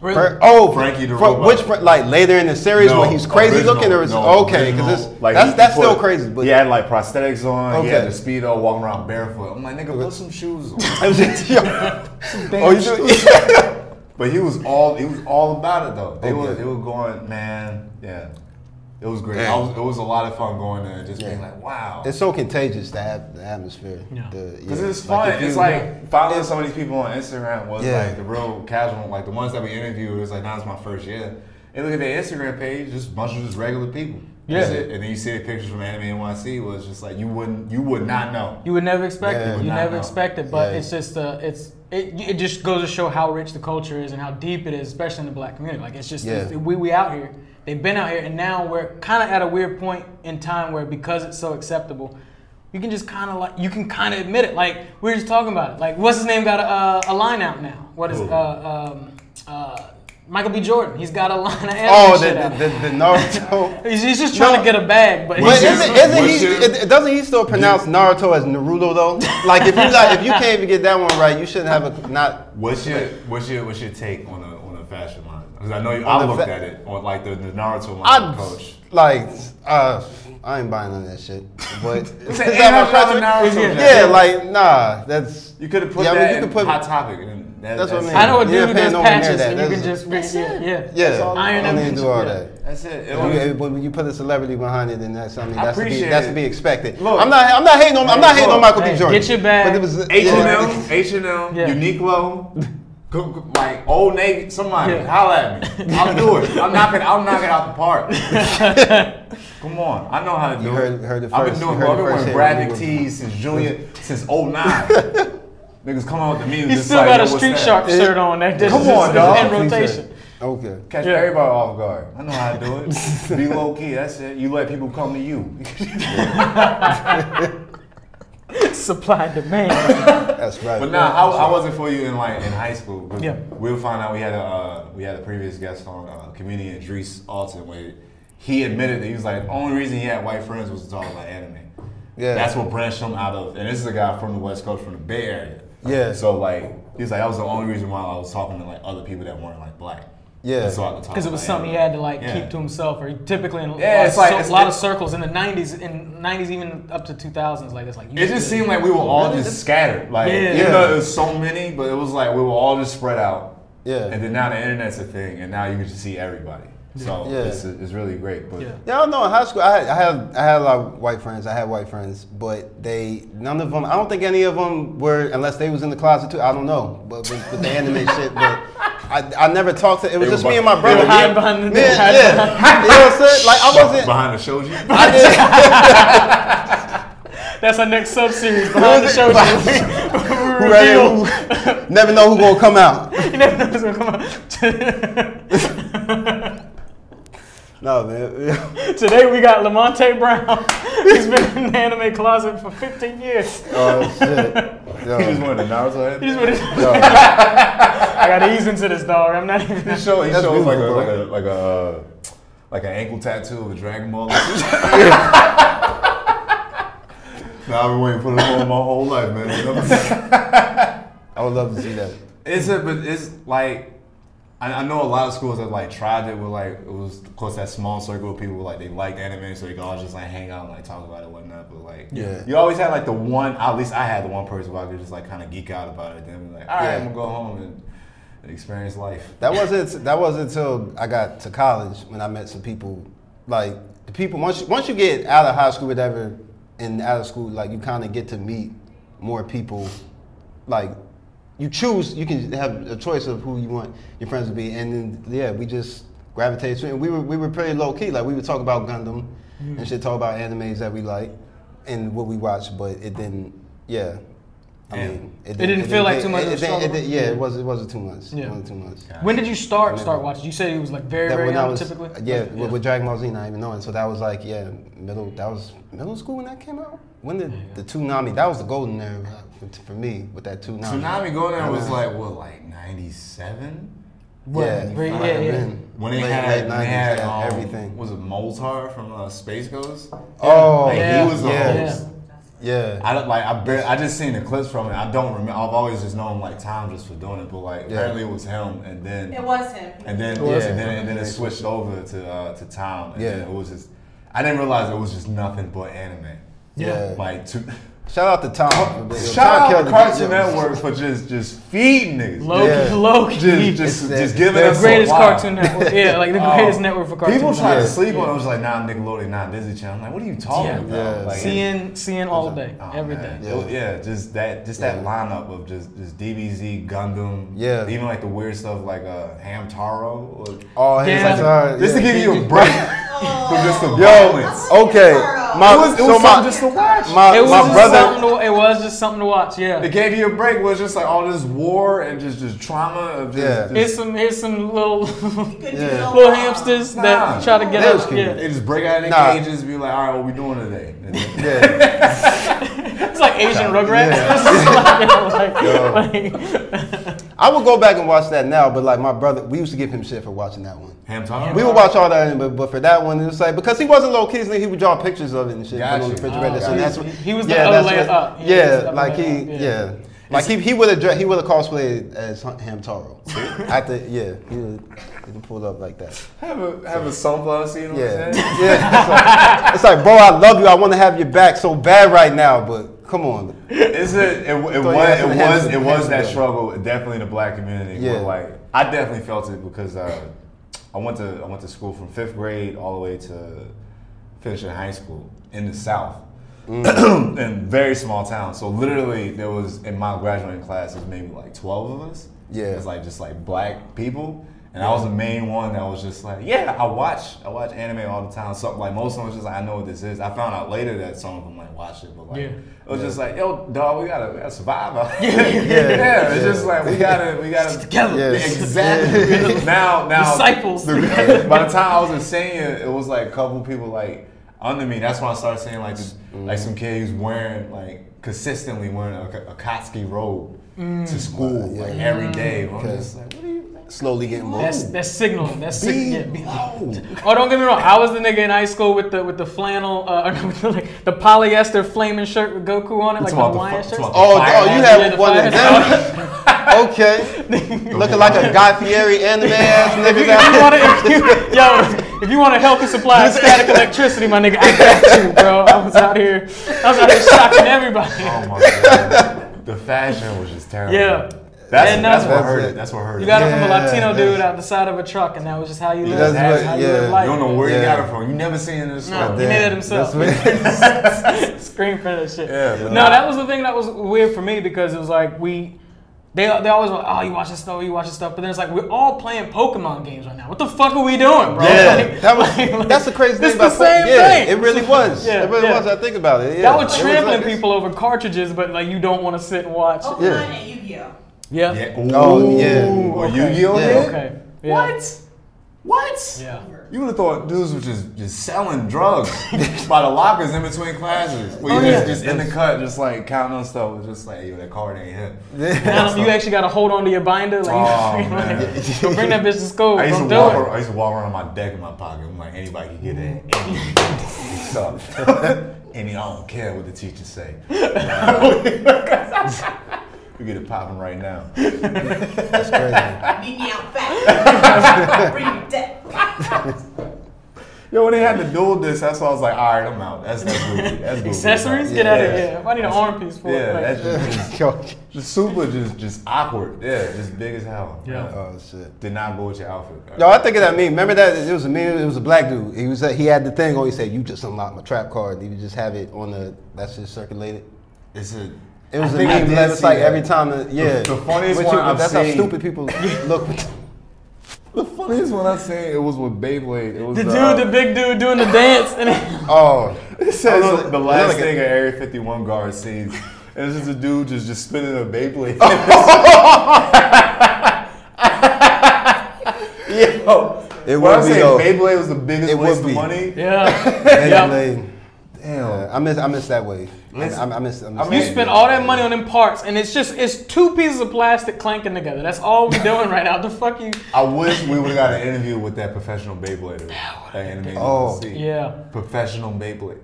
Speaker 2: Really?
Speaker 1: Fra- oh,
Speaker 3: Frankie the
Speaker 1: Fra-
Speaker 3: Robot.
Speaker 1: Which Fra- like later in the series
Speaker 3: No,
Speaker 1: when he's crazy
Speaker 3: original,
Speaker 1: looking, or is
Speaker 3: no,
Speaker 1: okay?
Speaker 3: original.
Speaker 1: Because
Speaker 3: Like,
Speaker 1: that's
Speaker 3: he-
Speaker 1: that's
Speaker 3: he
Speaker 1: still
Speaker 3: put-
Speaker 1: crazy. But
Speaker 3: he had like prosthetics on. He had the
Speaker 1: Okay.
Speaker 3: speedo, walking around barefoot. I'm like, nigga, put some shoes on.
Speaker 1: I was just- yo.
Speaker 3: damn
Speaker 1: oh, you do?
Speaker 3: But he was all he was all about it though. They were
Speaker 1: Okay.
Speaker 3: they were going, man, yeah. It was great.
Speaker 1: Yeah.
Speaker 3: I was, it was a lot of fun going there and just being
Speaker 1: Yeah.
Speaker 3: like, wow.
Speaker 1: It's so contagious to have the atmosphere.
Speaker 2: Yeah.
Speaker 1: The-
Speaker 3: Because
Speaker 1: yeah.
Speaker 3: it's fun.
Speaker 1: if you-
Speaker 3: it's like following some of these people on Instagram was
Speaker 1: Yeah.
Speaker 3: like the real casual, like the ones that we interviewed. It was like, now it's my first year. And look at their Instagram page, just a bunch of just regular people. That's
Speaker 2: Yeah.
Speaker 3: it. And then you see the pictures from Anime NYC was just like you wouldn't, you would not know.
Speaker 2: You would never expect
Speaker 1: Yeah.
Speaker 2: it.
Speaker 1: Would
Speaker 2: You
Speaker 3: not
Speaker 2: never
Speaker 3: know.
Speaker 2: expect it, but
Speaker 1: Yeah.
Speaker 2: it's just uh, it's it, it just goes to show how rich the culture is and how deep it is, especially in the black community. Like it's just
Speaker 1: Yeah.
Speaker 2: it's- we we out here. They've been out here, and now we're kind of at a weird point in time where because it's so acceptable, you can just kind of like you can kind of admit it. Like we were just talking about it. Like what's his name got a, uh, a line out now? What is
Speaker 3: Who?
Speaker 2: uh, um, uh, Michael B. Jordan? He's got a line. Of
Speaker 1: oh,
Speaker 2: oh,
Speaker 1: the
Speaker 2: shit
Speaker 1: the,
Speaker 2: out.
Speaker 1: the, the Naruto.
Speaker 2: he's, he's just trying
Speaker 1: No.
Speaker 2: to get a bag, but
Speaker 1: But
Speaker 2: he's
Speaker 3: What's your-
Speaker 1: isn't,
Speaker 2: just,
Speaker 1: isn't
Speaker 3: what's
Speaker 1: he?
Speaker 3: your-
Speaker 1: It, doesn't he still pronounce Naruto as Naruto though? Like if you like, if you can't even get that one right, you shouldn't have a not.
Speaker 3: What's your what's your what's your take on a on a fashion line? Because I know you,
Speaker 1: On
Speaker 3: I
Speaker 1: the
Speaker 3: looked
Speaker 1: fa-
Speaker 3: at it on like the, the Naruto line
Speaker 1: I
Speaker 3: coach.
Speaker 1: like uh, I ain't buying none of that shit. But
Speaker 3: It's
Speaker 1: Is
Speaker 3: an
Speaker 1: that my
Speaker 3: $800
Speaker 1: project?
Speaker 3: Naruto
Speaker 1: Yeah,
Speaker 3: jacket.
Speaker 1: like nah, that's
Speaker 3: You could have put
Speaker 1: yeah, I mean,
Speaker 3: that
Speaker 1: you
Speaker 3: in
Speaker 1: could put-
Speaker 3: hot topic. And that,
Speaker 1: That's what I mean.
Speaker 2: I know
Speaker 1: You
Speaker 2: a
Speaker 1: ain't
Speaker 2: dude who
Speaker 1: paying
Speaker 2: does
Speaker 1: no one near
Speaker 2: patches,
Speaker 1: that.
Speaker 2: and you can
Speaker 1: That's-
Speaker 2: just yeah, yeah,
Speaker 1: Yeah, I
Speaker 2: Iron
Speaker 1: don't
Speaker 2: Man
Speaker 1: need to do all
Speaker 2: yeah.
Speaker 1: that.
Speaker 3: That's it. It
Speaker 1: When
Speaker 3: was-
Speaker 1: you, when you put a celebrity behind it, then that's I mean
Speaker 3: I
Speaker 1: that's to be
Speaker 3: appreciate
Speaker 1: that's
Speaker 3: it.
Speaker 1: to be expected.
Speaker 3: Look.
Speaker 1: I'm not I'm not hating on I'm not hating on
Speaker 3: Look.
Speaker 1: Michael B.
Speaker 2: Hey,
Speaker 1: Jordan.
Speaker 2: get your bag.
Speaker 1: But it was
Speaker 3: H and
Speaker 1: yeah.
Speaker 3: M, H and M,
Speaker 2: Yeah.
Speaker 3: Uniqlo, go- go- like Old Navy. Somebody
Speaker 2: Yeah.
Speaker 3: holla at me. I'll do it. I'm knocking. I'll knock it out the park. Come on, I know how to do
Speaker 1: You
Speaker 3: it.
Speaker 1: heard- heard it
Speaker 3: I've been
Speaker 1: first.
Speaker 3: doing.
Speaker 1: You heard
Speaker 3: I've
Speaker 1: it
Speaker 3: been
Speaker 1: first
Speaker 3: wearing
Speaker 1: here.
Speaker 3: graphic
Speaker 1: You-
Speaker 3: tees since junior since 09. Niggas come out with the memes.
Speaker 2: He's
Speaker 3: just
Speaker 2: still
Speaker 3: like,
Speaker 2: got
Speaker 3: yo,
Speaker 2: a
Speaker 3: what's
Speaker 2: street
Speaker 3: that?
Speaker 2: shark shirt on. That just,
Speaker 3: Come
Speaker 2: Come
Speaker 3: on,
Speaker 2: on,
Speaker 3: dog.
Speaker 2: in rotation.
Speaker 1: Okay.
Speaker 3: Catch
Speaker 2: Yeah.
Speaker 3: everybody off guard. I know how to do it. Be low key. That's it. You let people come to you.
Speaker 2: Supply and demand.
Speaker 1: That's right.
Speaker 3: But nah, I, I wasn't for you in like in high school. But
Speaker 2: Yeah.
Speaker 3: We'll find out. We had a uh, we had a previous guest on uh, comedian Drees Alton where he admitted that he was like the only reason he had white friends was to talk about anime.
Speaker 1: Yeah.
Speaker 3: That's what branched him out of. And this is a guy from the West Coast, from the Bay Area.
Speaker 1: Yeah.
Speaker 3: So like he was like that was the only reason why I was talking to like other people that weren't like black.
Speaker 1: Yeah.
Speaker 3: So I could talk
Speaker 2: Because it was
Speaker 3: about
Speaker 2: something he
Speaker 3: anime.
Speaker 2: had to like
Speaker 3: Oh, Yeah.
Speaker 2: keep to himself, or typically in a
Speaker 3: Yeah,
Speaker 2: lot,
Speaker 3: it's
Speaker 2: of,
Speaker 3: like-
Speaker 2: cir-
Speaker 3: it's-
Speaker 2: lot of
Speaker 3: it's-
Speaker 2: circles in the '90s, in '90s even up to 2000s, like it's like you
Speaker 3: It just seemed like we were all just scattered. Like
Speaker 2: Yeah.
Speaker 3: even though it was so many, but it was like we were all just spread out.
Speaker 1: Yeah.
Speaker 3: And then now the internet's a thing, and now you can just see everybody. So
Speaker 1: Yeah.
Speaker 3: it's, it's really great. But
Speaker 2: Yeah.
Speaker 1: Yeah, I don't know. In high school, I had, I had I had a lot of white friends. I had white friends, but they none of them. I don't think any of them were unless they was in the closet too. I don't know, but with, with the anime shit. But I, I never talked to. It was
Speaker 3: They
Speaker 1: just
Speaker 3: were
Speaker 1: me and
Speaker 3: bu-
Speaker 1: my brother.
Speaker 3: they were
Speaker 2: hiding behind the-
Speaker 1: Me and-
Speaker 2: hiding
Speaker 1: yeah. You know what I'm saying? Like I wasn't.
Speaker 3: behind the shoji,
Speaker 1: I didn't-
Speaker 2: That's our next sub series behind the
Speaker 1: is it?
Speaker 2: show.
Speaker 1: Who
Speaker 2: we
Speaker 1: right here,
Speaker 2: reveal.
Speaker 1: who- never know who gonna come out.
Speaker 2: You never know what's gonna come out.
Speaker 1: No man.
Speaker 2: Today we got Lamonte Brown. He's been in the anime closet for 15 years.
Speaker 1: oh shit. Yo.
Speaker 3: he just wanted the Naruto head.
Speaker 2: He just went.
Speaker 1: Yo.
Speaker 2: I gotta ease into this dog. I'm not even.
Speaker 3: He show- he
Speaker 1: That's
Speaker 3: shows like a
Speaker 1: beautiful, bro.
Speaker 3: like a like a uh, like an ankle tattoo of a Dragon Ball. now I've been waiting for this moment my whole life, man.
Speaker 1: I would love to see that.
Speaker 3: It's a, but it's like I, I know a lot of schools that like tried it with like it was of course that small circle of people like they liked anime so they could all just like hang out and like talk about it and whatnot. But like
Speaker 1: Yeah.
Speaker 3: you always had like the one at least I had the one person where I could just like kind of geek out about it. Then be like, all right,
Speaker 1: Yeah.
Speaker 3: I'm gonna go home and and experience life.
Speaker 1: That wasn't that wasn't until I got to college when I met some people. Like the people once you, once you get out of high school, whatever, and out of school, like you kind of get to meet more people. Like you choose, you can have a choice of who you want your friends to be, and then yeah, we just gravitate. to it. And we were we were pretty low key. Like we would talk about Gundam
Speaker 2: Mm-hmm.
Speaker 1: and shit, talk about animes that we like and what we watch, but it didn't. Yeah. I
Speaker 3: Yeah.
Speaker 1: mean,
Speaker 2: It didn't feel like too much
Speaker 1: It,
Speaker 2: of a
Speaker 1: it didn't- it
Speaker 2: struggle.
Speaker 1: didn't- yeah, it was. It wasn't too much.
Speaker 2: Yeah.
Speaker 1: It wasn't too much
Speaker 2: When did you start
Speaker 1: Maybe.
Speaker 2: start watching? You said it was like very
Speaker 1: that
Speaker 2: very
Speaker 1: when I
Speaker 2: young,
Speaker 1: was
Speaker 2: typically.
Speaker 1: yeah,
Speaker 2: Okay,
Speaker 1: With, with Dragon Ball Z not even knowing so that was like yeah middle that was middle school when that came out when did the tsunami that was the golden era for, for me with that tsunami
Speaker 3: Tsunami going there was
Speaker 1: Yeah.
Speaker 3: like what, like '97?
Speaker 2: What?
Speaker 1: yeah
Speaker 2: Very-
Speaker 1: might have
Speaker 2: yeah, yeah.
Speaker 1: been
Speaker 3: When they
Speaker 1: late-
Speaker 3: had,
Speaker 1: late
Speaker 3: when
Speaker 1: 90s,
Speaker 3: they had
Speaker 1: yeah,
Speaker 3: um,
Speaker 1: everything
Speaker 3: Was it Moltar from uh, Space Ghost?
Speaker 1: oh
Speaker 3: Like,
Speaker 2: Yeah.
Speaker 3: He was the
Speaker 1: yeah
Speaker 3: host.
Speaker 1: yeah,
Speaker 3: I don't like. I bar- I just seen the clips from it. I don't remember. I've always just known like Tom just for doing it, but like
Speaker 1: Yeah.
Speaker 3: apparently it was him, and then
Speaker 4: It was him.
Speaker 3: and then
Speaker 1: It was
Speaker 3: and then
Speaker 1: him.
Speaker 3: and then it switched over to uh, to Tom, and
Speaker 1: Yeah.
Speaker 3: then it was just. I didn't realize it was just nothing but anime.
Speaker 1: Yeah.
Speaker 3: Like to,
Speaker 1: shout out to Tom for- Tom
Speaker 3: shout out
Speaker 1: killed
Speaker 3: to
Speaker 1: it.
Speaker 3: Cartoon
Speaker 1: Yeah.
Speaker 3: Network for just just feeding niggas.
Speaker 2: Loki,
Speaker 1: Yeah.
Speaker 2: Loki,
Speaker 3: Just
Speaker 1: It's
Speaker 3: just
Speaker 1: the-
Speaker 3: just giving
Speaker 1: the
Speaker 2: the
Speaker 3: us a
Speaker 2: greatest
Speaker 3: lot.
Speaker 2: cartoon network. Yeah, like the greatest
Speaker 3: Oh.
Speaker 2: network for cartoon.
Speaker 3: People try to
Speaker 1: Yeah.
Speaker 3: sleep on. it. I was like, nah, Nickelodeon, nah, Disney Channel. I'm like, what are you talking
Speaker 2: Yeah.
Speaker 3: about?
Speaker 1: Yeah.
Speaker 3: Like,
Speaker 2: CN, CN all day,
Speaker 3: Oh,
Speaker 2: every day.
Speaker 3: man.
Speaker 1: day.
Speaker 3: It was- Yeah. just that, just that lineup of just, just DBZ, Gundam.
Speaker 1: Yeah.
Speaker 3: Even like the weird stuff like uh, Hamtaro. Or,
Speaker 1: oh his
Speaker 2: Yeah.
Speaker 1: yeah.
Speaker 3: Just to give you a break
Speaker 4: Oh.
Speaker 3: from just the
Speaker 1: yo
Speaker 3: violence.
Speaker 1: okay my
Speaker 3: It was, it
Speaker 1: so
Speaker 3: was
Speaker 1: my
Speaker 3: something just to watch.
Speaker 1: my,
Speaker 2: It was
Speaker 1: my
Speaker 2: just
Speaker 1: brother
Speaker 2: something to, it was just something to watch. Yeah.
Speaker 3: it gave you a break. Was just like all this war and just just trauma of just.
Speaker 1: Yeah.
Speaker 3: just-
Speaker 2: Here's some here's some little
Speaker 4: You could do
Speaker 1: Yeah.
Speaker 4: no
Speaker 2: little
Speaker 4: wrong.
Speaker 2: hamsters
Speaker 3: Nah.
Speaker 2: that try to get
Speaker 1: That was
Speaker 2: out.
Speaker 1: cute.
Speaker 2: Yeah.
Speaker 3: they just break out of their
Speaker 1: Nah.
Speaker 3: cages and be like, all right, what we doing today? And then-
Speaker 1: yeah
Speaker 2: It's like Asian Rugrats.
Speaker 1: Yeah.
Speaker 2: It's just like- like-
Speaker 1: I would go back and watch that now, but like my brother, we used to give him shit for watching that one.
Speaker 3: Hamtaro?
Speaker 1: We would watch all that, but, but for that one, it was like because he wasn't low key, so he would draw pictures of it and shit put it on the
Speaker 3: Gotcha.
Speaker 1: refrigerator.
Speaker 3: Oh,
Speaker 1: so that's
Speaker 2: he-
Speaker 1: what,
Speaker 2: he was the other
Speaker 1: that's
Speaker 2: layer
Speaker 1: what-
Speaker 2: up. Yeah, he was
Speaker 1: Yeah,
Speaker 2: the other
Speaker 1: like
Speaker 2: layer
Speaker 1: he,
Speaker 2: up, yeah.
Speaker 1: yeah. Like he, he would have he would have cosplayed as Hunt- Hamtaro. After yeah, he would he would pull up like that.
Speaker 3: Have a have a sunflower seed on his
Speaker 1: Yeah,
Speaker 3: head.
Speaker 1: yeah. It's like, it's like, bro, I love you. I want to have your back so bad right now, but come on.
Speaker 3: Is it? It, it was. It
Speaker 1: you had some
Speaker 3: was.
Speaker 1: hands-
Speaker 3: It was
Speaker 1: hands
Speaker 3: that
Speaker 1: together.
Speaker 3: struggle, definitely in the black community.
Speaker 1: Yeah.
Speaker 3: Where like I definitely felt it because uh, I went to I went to school from fifth grade all the way to finishing high school in the South,
Speaker 1: Mm.
Speaker 3: in very small town. So literally, there was in my graduating class, there was maybe like twelve of us.
Speaker 1: Yeah.
Speaker 3: It's like just like black people. And I was the main one that was just like, yeah, I watch, I watch anime all the time. So like most of them was just like, I know what this is. I found out later that some of them like watch it, but like
Speaker 2: Yeah.
Speaker 3: it was just like, yo, dog, we gotta, we gotta survive out here. yeah, it's just like we gotta, we gotta
Speaker 2: together.
Speaker 1: Yes.
Speaker 3: Exactly. now, now,
Speaker 2: Disciples.
Speaker 3: the- by the time I was in senior, it was like a couple people like under me. That's when I started seeing like, this, like some kid who's wearing like consistently wearing a, a Kotsky robe
Speaker 1: Mm.
Speaker 3: to school like every day. I'm just like, what are you?
Speaker 1: Slowly getting more.
Speaker 2: That's that's signaling. That's signaling.
Speaker 3: Be
Speaker 2: Yeah.
Speaker 3: low.
Speaker 2: Oh, don't get me wrong. I was the nigga in high school with the with the flannel, uh, or no, with the, like the polyester flaming shirt with Goku on it, like the
Speaker 3: Talking about the
Speaker 2: Hawaiian
Speaker 3: fu-
Speaker 2: shirt.
Speaker 3: talking
Speaker 1: Oh, oh,
Speaker 3: Fire
Speaker 1: you
Speaker 3: Ant.
Speaker 2: Yeah,
Speaker 1: have
Speaker 2: the
Speaker 1: one of them. okay, looking like a Guy Fieri anime ass nigga.
Speaker 2: Oh, If
Speaker 1: down
Speaker 2: you
Speaker 1: there.
Speaker 2: wanna, if you, yo, if you want a healthy supply of static electricity, my nigga, I got you, bro. I was out here, I was out here shocking everybody.
Speaker 3: Oh my god, the fashion was just terrible.
Speaker 2: Yeah.
Speaker 3: That's,
Speaker 2: And
Speaker 3: that's
Speaker 2: that's-
Speaker 3: what hurt
Speaker 1: That's
Speaker 3: it.
Speaker 1: it.
Speaker 3: That's what hurt
Speaker 2: You
Speaker 3: it.
Speaker 2: got it from a
Speaker 1: Yeah,
Speaker 2: Latino
Speaker 1: that's-
Speaker 2: dude out the side of a truck, and that was just how you
Speaker 1: That's
Speaker 2: lived. That's
Speaker 1: what-
Speaker 2: how you
Speaker 1: yeah.
Speaker 2: live life.
Speaker 3: You don't know where you
Speaker 1: Yeah.
Speaker 3: got it from. You never seen it in the store.
Speaker 2: No, he made it himself.
Speaker 1: That's what-
Speaker 2: Screen printed shit.
Speaker 3: Yeah, but-
Speaker 2: No, that was the thing that was weird for me because it was like we. They, they always were like, oh, you watch this stuff, you watch this stuff. But then it's like, we're all playing Pokemon games right now. What the fuck are we doing, bro?
Speaker 1: Yeah,
Speaker 2: Like-
Speaker 1: that was
Speaker 2: like-
Speaker 1: that's the crazy
Speaker 2: it's
Speaker 1: thing about
Speaker 2: the
Speaker 1: Fo-
Speaker 2: same
Speaker 1: yeah,
Speaker 2: thing.
Speaker 1: It really was.
Speaker 2: Yeah,
Speaker 1: it really
Speaker 2: yeah.
Speaker 1: was. I think about it. Yeah.
Speaker 2: That was
Speaker 1: It
Speaker 2: trampling
Speaker 1: like-
Speaker 2: people over cartridges, but like you don't want to sit and watch.
Speaker 4: Pokemon
Speaker 1: Yeah.
Speaker 4: and Yu-Gi-Oh.
Speaker 2: Yeah.
Speaker 3: Yeah.
Speaker 1: Oh, yeah.
Speaker 3: Ooh, a Yu-Gi-Oh!
Speaker 1: Yeah.
Speaker 3: hit?
Speaker 2: Okay. Yeah.
Speaker 3: What? What?
Speaker 2: Yeah.
Speaker 3: You would have thought dudes were just, just selling drugs by the lockers in between classes. Where
Speaker 2: Oh,
Speaker 3: you just,
Speaker 2: yeah.
Speaker 3: just in the cut, just like counting on stuff, was just like, yo, that card ain't hit.
Speaker 2: Now you actually got to hold on to your binder. Like,
Speaker 3: Oh,
Speaker 2: like,
Speaker 3: man.
Speaker 2: don't bring that bitch to school.
Speaker 3: I used, to
Speaker 2: Don't do
Speaker 3: walk,
Speaker 2: it.
Speaker 3: ar- I used to walk around my deck in my pocket. I'm like, anybody can get in. So, and I don't care what the teachers say. we get it popping right now.
Speaker 1: That's crazy.
Speaker 4: Beat me out back. Bring me death.
Speaker 3: Yo, when they had the dual disc, that's why I was like, all right, I'm out. That's that's goofy. That's goofy.
Speaker 2: Accessories?
Speaker 3: Yeah,
Speaker 2: Get out of
Speaker 3: yeah.
Speaker 2: here. If I need an arm piece for it.
Speaker 3: Yeah,
Speaker 2: like-
Speaker 3: that's just,
Speaker 1: Yo,
Speaker 3: the super just just awkward. Yeah, just big as hell. Uh,
Speaker 2: Yeah.
Speaker 1: oh shit.
Speaker 3: Did not go with your outfit.
Speaker 1: Yo, I think of that meme. Remember that it was a meme. It was a black dude. He was he had the thing. on. he said, "You just unlocked my trap card." He would just have it on the that's just circulated.
Speaker 3: It's a.
Speaker 1: It was
Speaker 3: I
Speaker 1: a
Speaker 3: think I
Speaker 1: meme.
Speaker 3: did
Speaker 1: It's
Speaker 3: see
Speaker 1: like
Speaker 3: that.
Speaker 1: every time. The, yeah,
Speaker 3: the funniest
Speaker 1: But
Speaker 3: one I've
Speaker 1: that's
Speaker 3: seen-
Speaker 1: how stupid people look.
Speaker 3: The funniest one I seen it was with Beyblade. It was uh,
Speaker 2: The dude, the big dude doing the dance, and
Speaker 1: oh,
Speaker 3: It says
Speaker 1: Oh, no,
Speaker 3: the
Speaker 1: no,
Speaker 3: last
Speaker 1: like a-
Speaker 3: thing an Area 51 guard sees. And it's just a dude just, just spinning a Beyblade. Yo,
Speaker 1: It
Speaker 3: when
Speaker 1: would
Speaker 3: I
Speaker 1: be,
Speaker 3: say
Speaker 1: though.
Speaker 3: Beyblade was the biggest
Speaker 1: It would
Speaker 3: waste of
Speaker 1: be.
Speaker 3: money.
Speaker 2: yeah, yeah.
Speaker 1: Beyblade.
Speaker 3: Damn.
Speaker 1: I miss I miss that wave. I,
Speaker 3: Listen,
Speaker 1: I, I miss. I miss
Speaker 3: I
Speaker 1: that
Speaker 3: mean-
Speaker 2: You
Speaker 1: wave.
Speaker 2: spend all that money on them parts, and it's just it's two pieces of plastic clanking together. That's all we doing right now. The fuck you?
Speaker 3: I wish we would have got an interview with that professional Beyblader. That anime.
Speaker 1: Oh.
Speaker 2: Yeah.
Speaker 3: Professional Beyblade.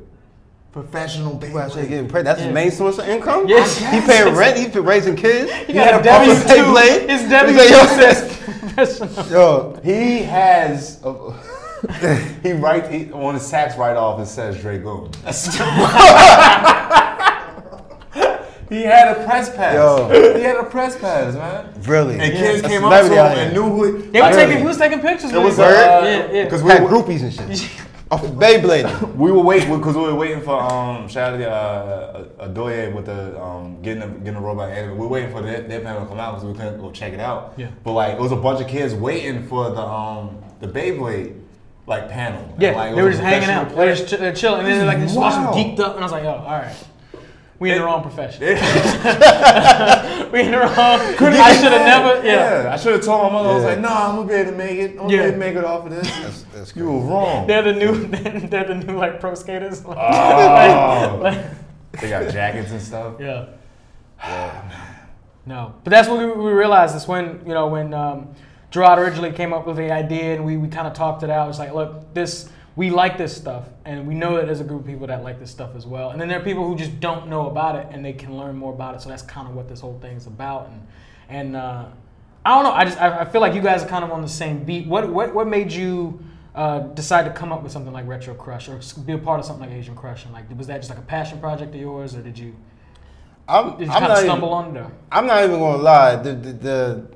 Speaker 3: Professional
Speaker 1: Why is he
Speaker 3: Beyblade.
Speaker 1: getting pregnant? That's
Speaker 2: Yeah.
Speaker 1: his main source of income.
Speaker 2: Yes.
Speaker 1: he paying rent. He been raising kids. He,
Speaker 2: got a
Speaker 1: proper
Speaker 2: W2.
Speaker 1: Beyblade.
Speaker 2: It's
Speaker 1: He's
Speaker 2: W2
Speaker 1: like, yo,
Speaker 2: says professional.
Speaker 1: Yo,
Speaker 3: He has. A, he writes he, on his tax write off. It says Dragoon. he had a press pass.
Speaker 1: Yo.
Speaker 3: He had a press pass, man.
Speaker 1: really?
Speaker 3: And kids
Speaker 1: A
Speaker 3: came up to
Speaker 1: celebrity
Speaker 3: him
Speaker 1: out
Speaker 3: and
Speaker 1: here.
Speaker 3: knew who. He,
Speaker 2: They were
Speaker 3: I-
Speaker 2: taking, he was taking pictures.
Speaker 3: It
Speaker 2: with
Speaker 3: was
Speaker 2: him.
Speaker 3: uh,
Speaker 2: yeah, yeah.
Speaker 3: because
Speaker 1: had
Speaker 3: we were,
Speaker 1: groupies and shit. Off of Beyblade.
Speaker 3: we were waiting because we were waiting for um shout out to uh, Adoye with the um getting the, getting the robot anime. We were waiting for their, their panel to come out because we couldn't go check it out.
Speaker 2: Yeah.
Speaker 3: But like it was a bunch of kids waiting for the um the Beyblade like panel.
Speaker 2: Yeah,
Speaker 3: And, like, it
Speaker 2: they were
Speaker 3: was a
Speaker 2: just hanging out.
Speaker 3: professional
Speaker 2: They're just chill, they're chilling, and then they're like just watching
Speaker 3: Wow.
Speaker 2: geeked up, and I was like, "Yo, all right, we in the
Speaker 3: It-
Speaker 2: wrong profession.
Speaker 3: player.
Speaker 2: we in the wrong. I should have never. Yeah.
Speaker 3: I should have told my mother. I was
Speaker 1: Yeah.
Speaker 3: like, no, I'm gonna be able to make it. I'm gonna
Speaker 2: Yeah.
Speaker 3: be able to make it off of this.
Speaker 1: That's, that's
Speaker 3: you
Speaker 1: crazy.
Speaker 3: were wrong.
Speaker 2: they're the new. They're the new like pro skaters. Like,
Speaker 3: Oh.
Speaker 2: like-
Speaker 3: they got jackets and stuff.
Speaker 2: Yeah. no, but that's what we, we realized. Is when you know when um, Gerard originally came up with the idea, and we, we kind of talked it out. It's like, look, this we like this stuff, and we know that there's a group of people that like this stuff as well. And then there are people who just don't know about it, and they can learn more about it. So that's kind of what this whole thing's about. And and uh, I don't know. I just I, I feel like you guys are kind of on the same beat. What what what made you? Uh, decide to come up with something like Retro Crush or s- be a part of something like Asian Crush, and like was that just like a passion project of yours, or did you
Speaker 1: I'm,
Speaker 2: did you
Speaker 1: I'm
Speaker 2: kind of
Speaker 1: not
Speaker 2: stumble
Speaker 1: even,
Speaker 2: on them?
Speaker 1: I'm not even gonna lie. The, the, the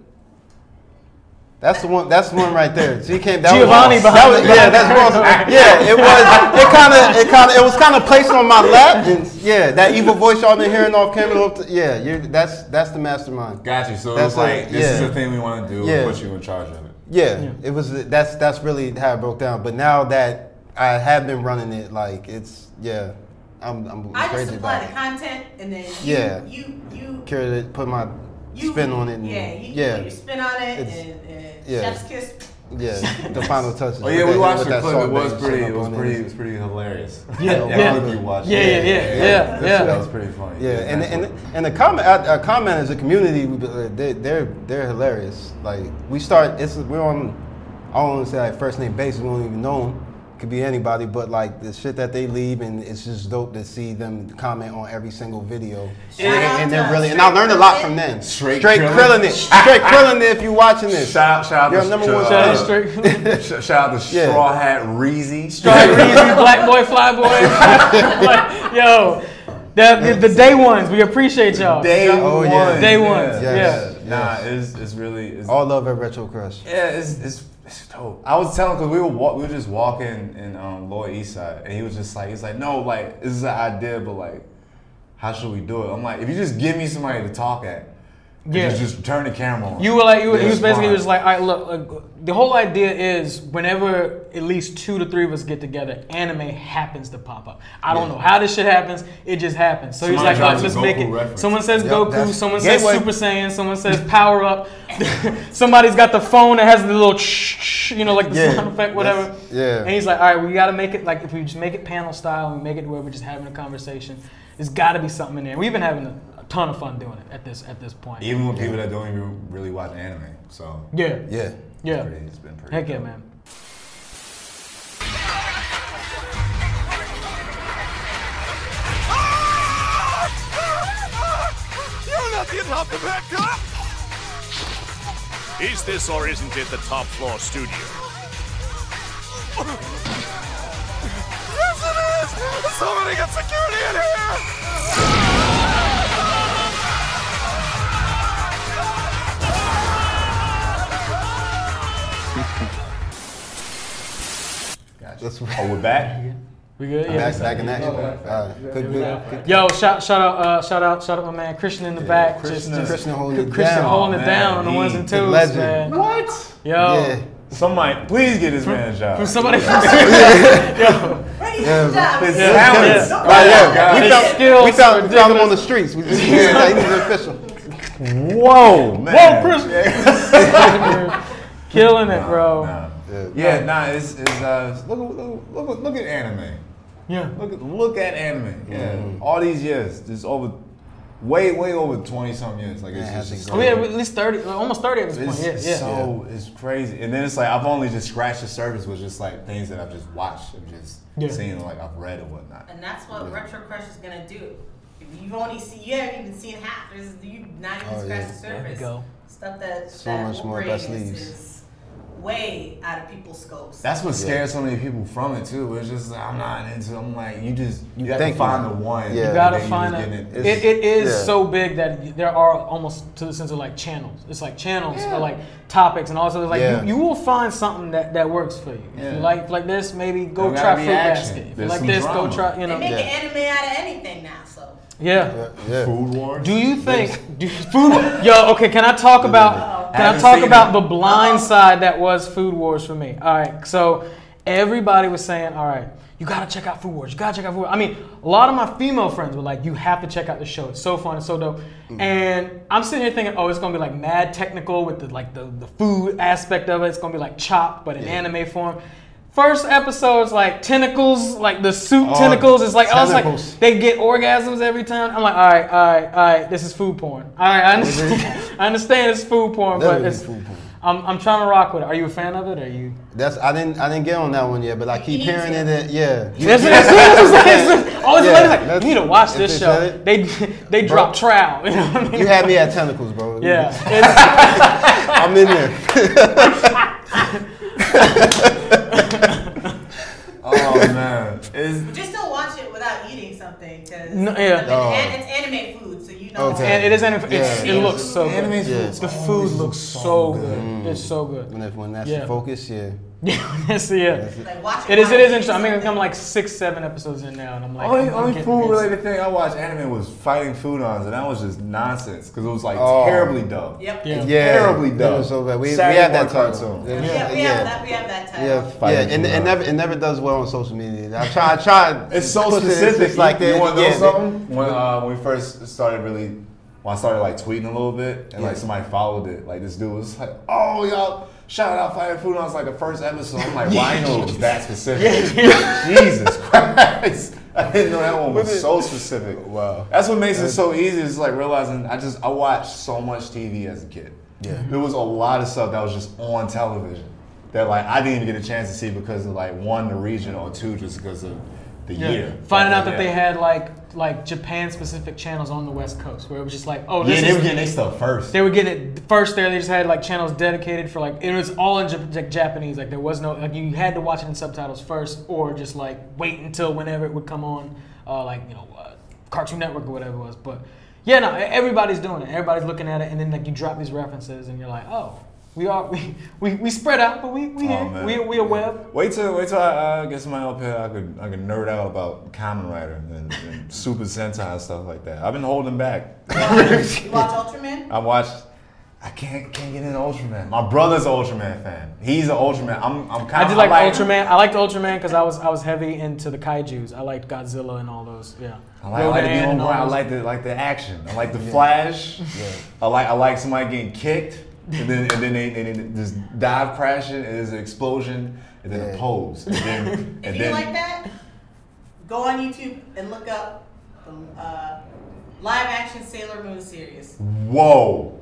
Speaker 1: that's the one. That's the one right there. So he came. That
Speaker 2: Giovanni
Speaker 1: was,
Speaker 2: behind
Speaker 1: that was,
Speaker 2: the-
Speaker 1: Yeah, that's Ross. Yeah, it was. It kind of. It kind of. It was kind of placed on my lap. And yeah, that evil voice y'all been hearing off camera. up to- Yeah, you're, that's that's the mastermind.
Speaker 3: Got you. So
Speaker 1: That's
Speaker 3: it was like,
Speaker 1: like-
Speaker 3: this is
Speaker 1: yeah.
Speaker 3: the thing we want to do.
Speaker 1: Yeah.
Speaker 3: Put you in charge of it.
Speaker 1: Yeah,
Speaker 2: Yeah.
Speaker 1: it was. That's that's really how it broke down. But now that I have been running it, like it's yeah, I'm I'm
Speaker 4: I just
Speaker 1: crazy
Speaker 4: supply
Speaker 1: about
Speaker 4: the
Speaker 1: it.
Speaker 4: content and then you,
Speaker 1: Yeah.
Speaker 4: you, you,
Speaker 1: Carried it, put my
Speaker 4: you
Speaker 1: spin on it. And,
Speaker 4: yeah, you
Speaker 1: yeah.
Speaker 4: put your spin on it
Speaker 1: It's-
Speaker 4: and, and
Speaker 1: yeah.
Speaker 4: Chef's Kiss.
Speaker 1: Yeah, the final touches.
Speaker 3: Oh yeah,
Speaker 1: With
Speaker 3: we
Speaker 1: that-
Speaker 3: watched
Speaker 1: with
Speaker 3: the
Speaker 1: that
Speaker 3: clip.
Speaker 1: salt
Speaker 3: It was
Speaker 1: bang
Speaker 3: pretty.
Speaker 1: shit
Speaker 3: It
Speaker 1: up
Speaker 3: was
Speaker 1: on
Speaker 3: pretty. It
Speaker 1: it.
Speaker 3: was pretty hilarious.
Speaker 2: Yeah,
Speaker 1: yeah.
Speaker 3: I think you watched
Speaker 2: Yeah,
Speaker 3: it.
Speaker 2: yeah, yeah, yeah,
Speaker 3: That-
Speaker 2: yeah.
Speaker 3: That was pretty funny.
Speaker 1: Yeah, and
Speaker 3: that's
Speaker 1: and
Speaker 3: what-
Speaker 1: and the comment uh, uh, commenters, the community, we- uh, they, they're they're hilarious. Like we start, it's we're on. I don't want to say like first name basis. We don't even know them. Could be anybody, but like the shit that they leave, and it's just dope to see them comment on every single video.
Speaker 4: Shout
Speaker 1: and,
Speaker 4: out
Speaker 1: and they're
Speaker 4: to
Speaker 1: really, and I
Speaker 4: Straight
Speaker 1: learned a lot
Speaker 4: Krillin.
Speaker 1: from them.
Speaker 3: Straight Krillin.
Speaker 1: krillin it, straight krillin it. If you're watching this,
Speaker 3: Shout out, shout out,
Speaker 1: You're
Speaker 3: to,
Speaker 1: number
Speaker 3: to,
Speaker 1: one
Speaker 2: Shout out
Speaker 1: Yeah.
Speaker 2: straight,
Speaker 3: Sh- shout out to
Speaker 1: Yeah.
Speaker 3: Straw Hat Reezy.
Speaker 2: straight reason, black boy, fly boy. like, yo, the, the, the day ones, we appreciate y'all.
Speaker 3: Day
Speaker 1: Oh,
Speaker 3: one.
Speaker 1: yeah.
Speaker 2: Day ones,
Speaker 1: Yes, yeah.
Speaker 3: Nah,
Speaker 1: yes.
Speaker 3: it's it's really it's,
Speaker 1: all love at Retro Crush.
Speaker 3: yeah, it's, it's it's dope. I was telling because we were walk, we were just walking in um, Lower East Side, and he was just like, he's like, no, like this is an idea, but like, how should we do it? I'm like, if you just give me somebody to talk at, and
Speaker 2: Yeah.
Speaker 3: just, just turn the camera on.
Speaker 2: You were like, you were, he was
Speaker 3: That's
Speaker 2: basically
Speaker 3: fine.
Speaker 2: was like, all right, look, like, the whole idea is whenever at least two to three of us get together, anime happens to pop up. I don't know how this shit happens, it just happens. So he was
Speaker 3: Somebody
Speaker 2: like, all right, let's
Speaker 3: drops a
Speaker 2: make
Speaker 3: Goku
Speaker 2: it.
Speaker 3: reference.
Speaker 2: Someone says
Speaker 1: Yup,
Speaker 2: Goku,
Speaker 1: that's-
Speaker 2: someone says
Speaker 1: Gateway.
Speaker 2: Super Saiyan, someone says Power Up. Somebody's got the phone that has the little, you know, like the
Speaker 1: Yeah,
Speaker 2: sound effect, whatever.
Speaker 1: that's- yeah.
Speaker 2: And he's like, all right, we got to make it like if we just make it panel style, we make it where we're just having a conversation. There's got to be something in there. We've been having a, a ton of fun doing it at this at this point.
Speaker 3: even with people that don't even really watch anime. So
Speaker 2: Yeah.
Speaker 1: Yeah.
Speaker 2: Yeah.
Speaker 3: pretty- it's been pretty.
Speaker 2: Heck yeah,
Speaker 3: dope.
Speaker 2: man.
Speaker 5: Is this or isn't it the top floor studio? Somebody get security in here!
Speaker 1: That's
Speaker 3: Oh, we're back.
Speaker 2: We good? Yeah.
Speaker 1: back, back in action. Uh, good, good, good.
Speaker 2: Yo, shout shout out uh, shout out shout out my man Christian in the back.
Speaker 3: Christian-
Speaker 1: Christian holding it
Speaker 2: Christian
Speaker 1: down.
Speaker 2: holding it
Speaker 3: man.
Speaker 2: down on the
Speaker 3: He-
Speaker 2: ones and
Speaker 1: the
Speaker 2: twos,
Speaker 1: legend.
Speaker 2: man.
Speaker 3: What?
Speaker 2: Yo,
Speaker 1: Yeah.
Speaker 3: Somebody, please get this man a job.
Speaker 2: from somebody
Speaker 4: Ready
Speaker 1: Yeah,
Speaker 4: to stop.
Speaker 3: His
Speaker 2: Yeah.
Speaker 3: talents.
Speaker 2: Oh, Yeah.
Speaker 1: Right, yeah.
Speaker 3: God.
Speaker 1: We
Speaker 2: His
Speaker 1: found,
Speaker 2: skills
Speaker 1: we found,
Speaker 2: are
Speaker 1: we found him on the streets. We, yeah, like, he's an official.
Speaker 3: Whoa, man.
Speaker 2: Whoa, Christian. killing it, bro.
Speaker 3: Nah.
Speaker 1: Yeah.
Speaker 3: Yeah, nah. It's, it's uh, look, look, look, look at anime.
Speaker 2: Yeah.
Speaker 3: Look at look at anime. Yeah,
Speaker 2: Mm-hmm.
Speaker 3: all these years, just over, way way over twenty some years. Like it's
Speaker 1: Yeah,
Speaker 3: just,
Speaker 1: I think
Speaker 2: Oh, we had at least thirty, like, almost thirty at this
Speaker 3: It's
Speaker 2: point. Yeah, yeah.
Speaker 3: so it's crazy, and then it's like I've only just scratched the surface with just like things that I've just watched and just
Speaker 2: Yeah.
Speaker 3: seen, like I've read and whatnot.
Speaker 4: And that's what Retro Crush is gonna do. If you've only seen, you haven't even seen half. There's you not even
Speaker 1: Oh,
Speaker 4: scratched
Speaker 1: yeah.
Speaker 4: the
Speaker 2: There we
Speaker 4: surface.
Speaker 2: go.
Speaker 4: Stuff that
Speaker 1: So
Speaker 4: that
Speaker 1: much
Speaker 4: will
Speaker 1: more
Speaker 4: bring
Speaker 1: best
Speaker 4: is-
Speaker 1: leaves.
Speaker 4: is way out of people's scopes.
Speaker 3: That's what scares so many people from it too. It's just like, I'm not into. I'm like you just you got to
Speaker 1: Thank you.
Speaker 3: find the one.
Speaker 1: Yeah.
Speaker 2: You
Speaker 3: and
Speaker 2: gotta
Speaker 3: then
Speaker 2: find
Speaker 3: just
Speaker 2: a,
Speaker 3: get
Speaker 2: it.
Speaker 3: It's-
Speaker 2: It is
Speaker 1: yeah.
Speaker 2: so big that y- there are almost to the sense of like channels. It's like channels or like topics and all sorts. of Like
Speaker 1: Yeah.
Speaker 2: you, you will find something that, that works for you. If
Speaker 3: Yeah.
Speaker 2: you like like this, maybe go
Speaker 3: There
Speaker 2: try
Speaker 3: gotta be
Speaker 2: fruit
Speaker 3: action.
Speaker 2: basket. If you
Speaker 3: There's
Speaker 2: like
Speaker 3: some
Speaker 2: this,
Speaker 3: drama.
Speaker 2: go try you
Speaker 4: they
Speaker 2: know.
Speaker 4: make
Speaker 2: Yeah.
Speaker 1: Yeah.
Speaker 4: an anime out of anything now. So
Speaker 1: Yeah.
Speaker 3: food wars.
Speaker 2: Do you think do food? Yo, okay. Can I talk about? Can I
Speaker 3: Haven't
Speaker 2: talk
Speaker 3: seen
Speaker 2: about
Speaker 3: it.
Speaker 2: the blind side that was Food Wars for me? All right. So everybody was saying, all right, you gotta check out Food Wars. You gotta check out Food Wars. I mean, a lot of my female friends were like, you have to check out the show. It's so fun. It's so dope.
Speaker 3: Mm.
Speaker 2: And I'm sitting here thinking, oh, it's gonna be like mad technical with the like the, the food aspect of it. It's gonna be like chopped, but in anime form. First episode's like tentacles, like the suit
Speaker 1: Oh,
Speaker 2: tentacles. It's like I was like,
Speaker 1: tentacles.
Speaker 2: they get orgasms every time. I'm like, all right, all right, all right. This is food porn. All right, I understand. I understand it's food porn, but
Speaker 1: Literally
Speaker 2: it's
Speaker 1: food porn.
Speaker 2: I'm, I'm trying to rock with it. Are you a fan of it? Or are you?
Speaker 1: That's I didn't I didn't get on that one yet, but I keep
Speaker 4: Easy.
Speaker 1: hearing it. That, yeah. You-
Speaker 2: That's, that's, that's what I'm saying. It's just- Always
Speaker 1: Yeah,
Speaker 2: the lady like,
Speaker 1: that's-
Speaker 2: you need to watch
Speaker 1: if
Speaker 2: this
Speaker 1: they
Speaker 2: show.
Speaker 1: said it-
Speaker 2: They they drop trowel. You know what I mean?
Speaker 1: You had me at tentacles, bro.
Speaker 2: yeah. It's-
Speaker 1: I'm in there.
Speaker 3: Oh man, it's
Speaker 4: just still watch it without eating something because
Speaker 2: No, yeah.
Speaker 1: Oh.
Speaker 4: it's anime food, so you know.
Speaker 1: Okay.
Speaker 2: and it is. And it's,
Speaker 1: Yeah.
Speaker 2: it looks so good.
Speaker 3: anime's
Speaker 1: Yeah.
Speaker 3: food's
Speaker 2: The food
Speaker 3: always
Speaker 2: looks so good. It's so good.
Speaker 1: When, that- when that's
Speaker 2: Yeah.
Speaker 1: the focus, yeah.
Speaker 2: Yeah, that's yeah.
Speaker 4: Like watch
Speaker 2: It is. It
Speaker 4: while
Speaker 2: is
Speaker 4: you eat
Speaker 2: interesting. I mean, I'm
Speaker 4: something.
Speaker 2: like six, seven episodes in now, and I'm like,
Speaker 3: Only,
Speaker 2: I'm- I'm
Speaker 3: only
Speaker 2: getting
Speaker 3: food
Speaker 2: into it.
Speaker 3: related thing I watched anime was fighting foodons, and that was just nonsense because it was like
Speaker 1: Oh.
Speaker 3: terribly dumb.
Speaker 4: Yep.
Speaker 2: Yeah.
Speaker 3: Terribly
Speaker 1: that
Speaker 3: dumb.
Speaker 1: was so bad. We, we
Speaker 3: Saturday
Speaker 1: had that
Speaker 3: morning
Speaker 1: title.
Speaker 3: cartoon.
Speaker 1: It was-
Speaker 4: Yeah, we have that. We have that title.
Speaker 1: Yeah,
Speaker 3: Fighting
Speaker 1: yeah, and
Speaker 3: food,
Speaker 1: it
Speaker 3: huh?
Speaker 1: never it never does well on social media. I try, I try.
Speaker 3: It's so
Speaker 1: push it,
Speaker 3: specific.
Speaker 1: just like
Speaker 3: you,
Speaker 1: that,
Speaker 3: you want to know
Speaker 1: yeah,
Speaker 3: something? When uh, when we first started really, when I started like tweeting a little bit, and like
Speaker 1: Yeah.
Speaker 3: somebody followed it, like this dude was like, "Oh y'all, shout out Fire Food." I was like the first episode. I'm like, "Why I know it was that specific?" Jesus Christ. I didn't know that one was so specific.
Speaker 1: Wow.
Speaker 3: That's what makes it so easy. It's like realizing I just I watched so much TV as a kid.
Speaker 1: Yeah.
Speaker 3: There was a lot of stuff that was just on television that like I didn't even get a chance to see because of like one the region or two just because of the
Speaker 2: Yeah.
Speaker 3: year.
Speaker 2: Finding out that they
Speaker 3: Yeah.
Speaker 2: had like like Japan specific channels on the West Coast where it was just like, oh,
Speaker 3: Yeah,
Speaker 2: this
Speaker 3: they
Speaker 2: is,
Speaker 3: were getting their stuff first.
Speaker 2: they were getting it first there. They just had like channels dedicated for like it was all in Jap- like, Japanese. Like there was no like you had to watch it in subtitles first or just like wait until whenever it would come on, uh, like you know, uh, Cartoon Network or whatever it was. But yeah, no, e- everybody's doing it. Everybody's looking at it, and then like you drop these references, and you're like, oh, we are we we, we spread out, but we we
Speaker 3: Oh,
Speaker 2: here.
Speaker 3: man.
Speaker 2: we we a web.
Speaker 3: Wait till wait till I uh, get somebody up here. I could I could nerd out about Kamen Rider and, and Super Sentai and stuff like that. I've been holding back.
Speaker 4: You watch Ultraman?
Speaker 1: Uh,
Speaker 3: I watched. I can't can't get into Ultraman. My brother's an Ultraman fan. He's an Ultraman. I'm I'm kind
Speaker 2: I
Speaker 3: of
Speaker 2: did like, Ultraman. I liked Ultraman because I was I was heavy into the kaiju's. I liked Godzilla and all those. Yeah.
Speaker 3: I like, I like to be
Speaker 2: Rodan
Speaker 3: on
Speaker 2: and all
Speaker 3: ground. I
Speaker 2: those.
Speaker 3: like the like the action. I like the flash. I like I like somebody getting kicked and then and then they, they, they just dive crashing and there's an explosion and then a
Speaker 1: Yeah.
Speaker 3: pose and then and
Speaker 4: If you
Speaker 3: then
Speaker 4: like that, go on YouTube and look up the uh, live action Sailor Moon series.
Speaker 3: whoa.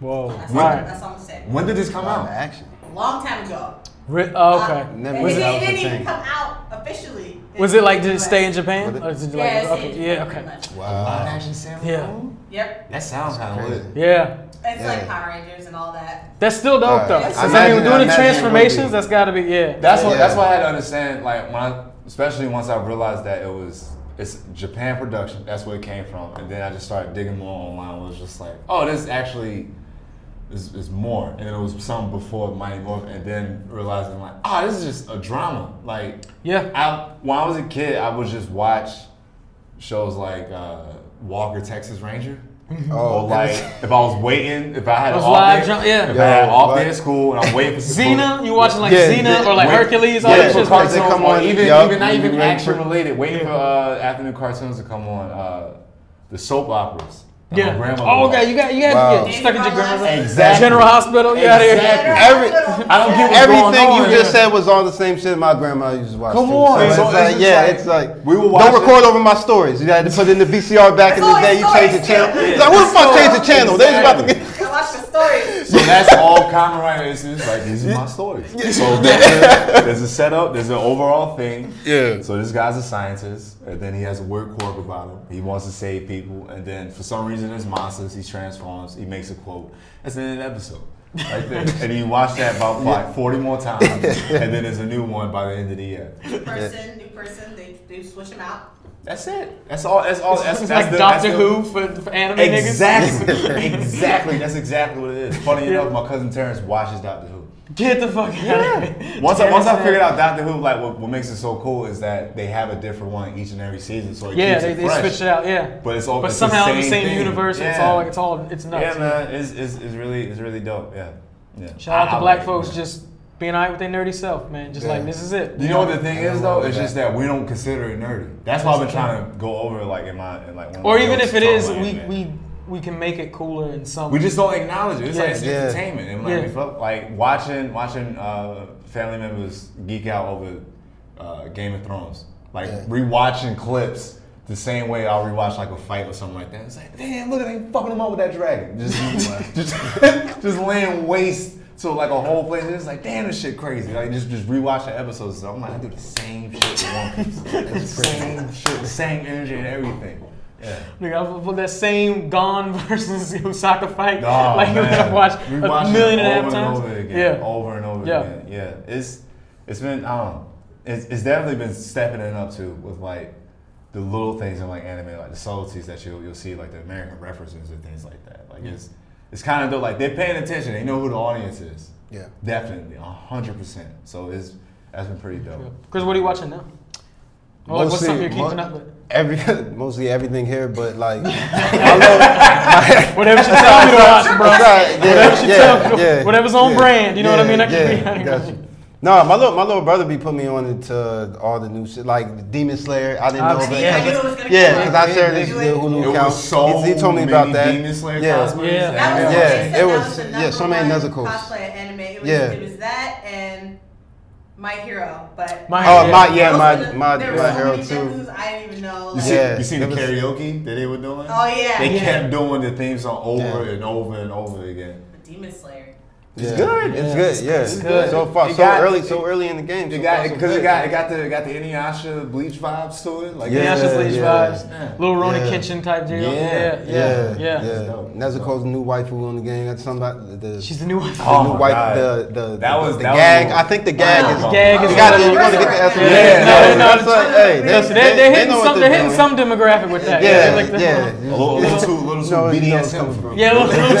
Speaker 2: Whoa.
Speaker 4: That's,
Speaker 2: All
Speaker 4: all,
Speaker 2: right.
Speaker 4: that's all I'm saying.
Speaker 3: When did this come
Speaker 1: Wow,
Speaker 3: out?
Speaker 1: action.
Speaker 4: A long time ago.
Speaker 2: Ri- oh,
Speaker 4: Uh,
Speaker 2: okay.
Speaker 1: Never
Speaker 4: it,
Speaker 1: was
Speaker 4: it
Speaker 1: out
Speaker 4: didn't
Speaker 1: the
Speaker 4: even
Speaker 1: thing.
Speaker 4: come out officially.
Speaker 2: Was it like did it
Speaker 4: US.
Speaker 2: stay in Japan?
Speaker 1: Was it-
Speaker 2: Or did it
Speaker 4: Yeah,
Speaker 2: like,
Speaker 4: it stayed in
Speaker 2: okay. Yeah.
Speaker 4: Japan
Speaker 2: Okay.
Speaker 4: pretty much.
Speaker 3: Live
Speaker 1: Wow.
Speaker 3: action Sailor
Speaker 2: Yeah.
Speaker 3: Moon?
Speaker 4: Yep.
Speaker 3: That sounds kind of
Speaker 1: Crazy.
Speaker 3: lit.
Speaker 2: Yeah.
Speaker 4: It's like
Speaker 1: Yeah.
Speaker 4: Power Rangers and all that.
Speaker 2: That's still dope
Speaker 1: All
Speaker 2: though.
Speaker 1: right.
Speaker 2: Since I mean,
Speaker 1: Imagine-
Speaker 2: doing the
Speaker 1: imagine it would
Speaker 2: transformations,
Speaker 1: be-
Speaker 2: that's got to be yeah.
Speaker 3: That's what
Speaker 1: Yeah.
Speaker 3: that's what I had to understand. Like when I especially once I realized that it was it's Japan production. That's where it came from, and then I just started digging more online. and Was just like, oh, this actually is, is more, and then it was some before Mighty Morphin, and then realizing like, ah, this is just a drama. Like,
Speaker 2: Yeah.
Speaker 3: I when I was a kid, I would just watch shows like uh, Walker Texas Ranger.
Speaker 1: Oh,
Speaker 3: Or like if I was waiting, if I had
Speaker 2: Those
Speaker 3: all
Speaker 2: live
Speaker 3: day,
Speaker 2: jump- yeah.
Speaker 3: if I had
Speaker 1: Yo,
Speaker 3: off
Speaker 1: like-
Speaker 3: day at school and I'm waiting for
Speaker 2: Xena, you watching like
Speaker 1: Yeah,
Speaker 2: Xena
Speaker 1: yeah.
Speaker 2: or like
Speaker 3: Wait-
Speaker 2: Hercules? All
Speaker 1: yeah,
Speaker 2: that
Speaker 3: for
Speaker 2: shit's
Speaker 1: because
Speaker 2: like,
Speaker 1: they
Speaker 3: cartoons
Speaker 1: come
Speaker 3: or
Speaker 1: on-
Speaker 3: even
Speaker 1: yup.
Speaker 3: even not even
Speaker 1: Yeah.
Speaker 3: action related. Waiting
Speaker 2: Yeah.
Speaker 3: for uh, afternoon cartoons to come on. Uh, the soap operas. that my
Speaker 2: yeah.
Speaker 3: grandmother
Speaker 2: Oh,
Speaker 3: watched.
Speaker 2: okay, you got you got
Speaker 1: Wow.
Speaker 2: to get stuck at your grandma's. house.
Speaker 3: Exactly.
Speaker 2: General Hospital, you outta here.
Speaker 3: Exactly.
Speaker 1: Every-
Speaker 3: I don't get what's going
Speaker 1: Everything
Speaker 3: on
Speaker 1: you just
Speaker 3: here.
Speaker 1: said was all the same shit my grandma used to watch.
Speaker 3: Come
Speaker 1: too.
Speaker 3: on.
Speaker 1: So it's
Speaker 3: So
Speaker 1: like,
Speaker 3: it's just
Speaker 1: yeah,
Speaker 3: like-
Speaker 1: it's like
Speaker 3: We were
Speaker 1: don't
Speaker 3: watching-
Speaker 1: record over my stories. You had to put in the VCR back in the
Speaker 4: Stories,
Speaker 1: day. You change the
Speaker 4: stories,
Speaker 1: channel.
Speaker 4: yeah.
Speaker 1: It's like, who the fuck changed the channel? They was about to
Speaker 3: Exactly.
Speaker 1: get.
Speaker 4: I watched the stories.
Speaker 3: So that's all Kamen Rider is. It's like these are my stories. So there's a, there's a setup. There's an overall thing.
Speaker 1: Yeah.
Speaker 3: So this guy's a scientist, and then he has a weird quirk about him. He wants to save people, and then for some reason there's monsters. He transforms. He makes a quote. That's the end of the episode. Right there. and you watch that about like 40 more times, and then there's a new one by the end of the year.
Speaker 4: New person, new person. They they switch them out.
Speaker 3: That's it. That's all. That's all. That's,
Speaker 2: It's
Speaker 3: that's
Speaker 2: like
Speaker 3: the- that's
Speaker 2: Doctor
Speaker 3: the-
Speaker 2: Who for, for anime
Speaker 3: Exactly.
Speaker 2: niggas.
Speaker 3: exactly. That's exactly what it is. Funny
Speaker 2: Yeah.
Speaker 3: enough, my cousin Terrence watches Doctor Who.
Speaker 2: Get the fuck out of here.
Speaker 3: Once I, once I
Speaker 2: Terrence
Speaker 3: figured
Speaker 2: Hill.
Speaker 3: out Doctor Who, like what, what makes it so cool is that they have a different one each and every season, so it
Speaker 2: Yeah,
Speaker 3: keeps
Speaker 2: they,
Speaker 3: it
Speaker 2: they
Speaker 3: fresh.
Speaker 2: switched it out. Yeah,
Speaker 3: But it's all
Speaker 2: but
Speaker 3: it's
Speaker 2: somehow
Speaker 3: the
Speaker 2: in
Speaker 3: same,
Speaker 2: the same
Speaker 3: thing.
Speaker 2: universe.
Speaker 3: Yeah.
Speaker 2: It's all like it's all it's nuts.
Speaker 3: yeah, man, it's, it's, it's really it's really dope. Yeah, yeah.
Speaker 2: Shout
Speaker 3: I-
Speaker 2: out
Speaker 3: I
Speaker 2: to black
Speaker 3: like it,
Speaker 2: folks
Speaker 3: man.
Speaker 2: just being alright with their nerdy self, man. Just
Speaker 1: Yeah.
Speaker 2: like this is it.
Speaker 3: You know what the thing is though? It's
Speaker 1: Yeah.
Speaker 3: just that we don't consider it nerdy. That's why I've been trying to go over like in my in like. One of
Speaker 2: Or
Speaker 3: my
Speaker 2: even
Speaker 3: jokes
Speaker 2: if it
Speaker 3: talking
Speaker 2: is,
Speaker 3: about
Speaker 2: we
Speaker 3: anime.
Speaker 2: we we can make it cooler in some.
Speaker 3: We just don't acknowledge it. It's like it's
Speaker 1: Yeah.
Speaker 3: entertainment, and like,
Speaker 2: Yeah.
Speaker 3: we fuck- like watching watching uh, family members geek out over uh, Game of Thrones, like
Speaker 1: Yeah.
Speaker 3: rewatching clips the same way I'll rewatch like a fight or something like that. It's like, damn, look at him fucking him up with that dragon, just just, just laying waste to like a whole place. It's like, damn, this shit crazy. Like just just rewatch the episodes. So I'm like, I do the same shit with One Piece, It's the same shit, the same energy and everything. Yeah.
Speaker 2: Nigga, I- for that same Gon versus Osaka fight,
Speaker 3: Oh,
Speaker 2: like
Speaker 3: man.
Speaker 2: I've watched
Speaker 3: We
Speaker 2: a
Speaker 3: watched it
Speaker 2: million and a half
Speaker 3: over
Speaker 2: times.
Speaker 3: And over again,
Speaker 2: yeah,
Speaker 3: over and over
Speaker 2: Yeah.
Speaker 3: again. Yeah, it's it's been I don't know. It's, it's definitely been stepping it up too with like the little things in like anime, like the subtleties that you'll you'll see, like the American references and things like that. Like it's it's kind of dope. Like they're paying attention. They know who the audience is.
Speaker 1: Yeah.
Speaker 3: definitely, hundred percent. So it's that's been pretty dope.
Speaker 2: Chris, what are you watching now? Or like, what's
Speaker 1: Mostly-
Speaker 2: something you're
Speaker 1: mo-
Speaker 2: keeping up with?
Speaker 1: Every mostly everything here, but like
Speaker 2: Whatever she tell me to watch, bro.
Speaker 1: Right, yeah,
Speaker 2: Whatever she
Speaker 1: yeah,
Speaker 2: tells you,
Speaker 1: yeah,
Speaker 2: whatever's on brand, you know what I mean? I can be- I
Speaker 1: yeah,
Speaker 2: can-
Speaker 1: gotcha. No, my little my little brother be putting me on into all the new shit, like Demon Slayer. I didn't know
Speaker 2: Obviously,
Speaker 1: that.
Speaker 4: I knew it was gonna
Speaker 1: yeah,
Speaker 4: come
Speaker 1: because
Speaker 4: up.
Speaker 1: I shared his
Speaker 4: It
Speaker 1: the
Speaker 4: was
Speaker 1: Hulu
Speaker 3: It
Speaker 1: account.
Speaker 3: was so
Speaker 1: he, he told me
Speaker 3: many
Speaker 1: about that.
Speaker 3: Demon Slayer
Speaker 1: yeah.
Speaker 3: cosplays.
Speaker 2: Yeah.
Speaker 3: and
Speaker 4: That was
Speaker 3: everything.
Speaker 1: Yeah,
Speaker 4: they said
Speaker 1: it
Speaker 4: that
Speaker 1: was-
Speaker 4: the
Speaker 1: yeah,
Speaker 4: number
Speaker 1: so many
Speaker 4: one
Speaker 1: Nezucos.
Speaker 4: Cosplay anime. It was,
Speaker 1: Yeah.
Speaker 4: it was that and my hero, but
Speaker 2: My
Speaker 1: Oh my,
Speaker 4: Most
Speaker 1: yeah,
Speaker 4: of
Speaker 1: my
Speaker 4: the-
Speaker 1: my
Speaker 4: there were
Speaker 1: my
Speaker 4: so
Speaker 1: hero
Speaker 4: many
Speaker 1: too.
Speaker 4: Nezucos, I didn't even know.
Speaker 3: You
Speaker 4: Like,
Speaker 3: see,
Speaker 1: Yeah,
Speaker 3: you seen
Speaker 1: it
Speaker 3: the
Speaker 1: was-
Speaker 3: karaoke that they were doing?
Speaker 4: Oh yeah,
Speaker 3: They
Speaker 2: Yeah.
Speaker 3: kept doing the theme song over
Speaker 1: Yeah.
Speaker 3: and over and over again.
Speaker 4: Demon Slayer.
Speaker 1: Yeah.
Speaker 3: It's good.
Speaker 1: It's good. Yeah,
Speaker 3: It's good.
Speaker 1: So far,
Speaker 3: It
Speaker 1: so
Speaker 3: got-
Speaker 1: early, so early in the game.
Speaker 3: It
Speaker 1: so
Speaker 3: got
Speaker 1: far, so
Speaker 3: because it
Speaker 1: good.
Speaker 3: got it got the it got the Inuyasha Bleach vibes to it. Like
Speaker 1: Yeah,
Speaker 2: Yeah,
Speaker 3: it's
Speaker 2: it's just Leech
Speaker 1: yeah.
Speaker 2: vibes.
Speaker 3: Yeah.
Speaker 2: Little Rona
Speaker 1: Yeah.
Speaker 2: Kitchen type deal.
Speaker 3: Yeah.
Speaker 2: Yeah, yeah, yeah.
Speaker 3: dope.
Speaker 1: Nezuko's new waifu on the game. That's somebody. The,
Speaker 2: She's the new one.
Speaker 1: the
Speaker 3: Oh
Speaker 1: new
Speaker 3: my
Speaker 1: wife.
Speaker 3: God.
Speaker 1: The the
Speaker 3: That was-
Speaker 1: the
Speaker 3: that was
Speaker 1: gag.
Speaker 3: a-
Speaker 1: I think the
Speaker 4: Wow.
Speaker 1: gag is.
Speaker 4: The
Speaker 2: gag is
Speaker 1: You gotta,
Speaker 2: a-
Speaker 1: you gotta get the S.
Speaker 4: Yeah.
Speaker 2: Yeah. No, no,
Speaker 1: like,
Speaker 4: no.
Speaker 1: hey, they,
Speaker 2: Listen, they're,
Speaker 1: they-
Speaker 2: they're
Speaker 1: they
Speaker 2: hitting
Speaker 1: know what
Speaker 2: some. They're hitting
Speaker 1: doing.
Speaker 2: some demographic with that.
Speaker 1: Yeah,
Speaker 2: like the-
Speaker 1: yeah.
Speaker 3: a little, a little too little too
Speaker 1: No, it- no, it's
Speaker 3: BDSM.
Speaker 1: coming
Speaker 3: for me.
Speaker 2: Yeah, little, little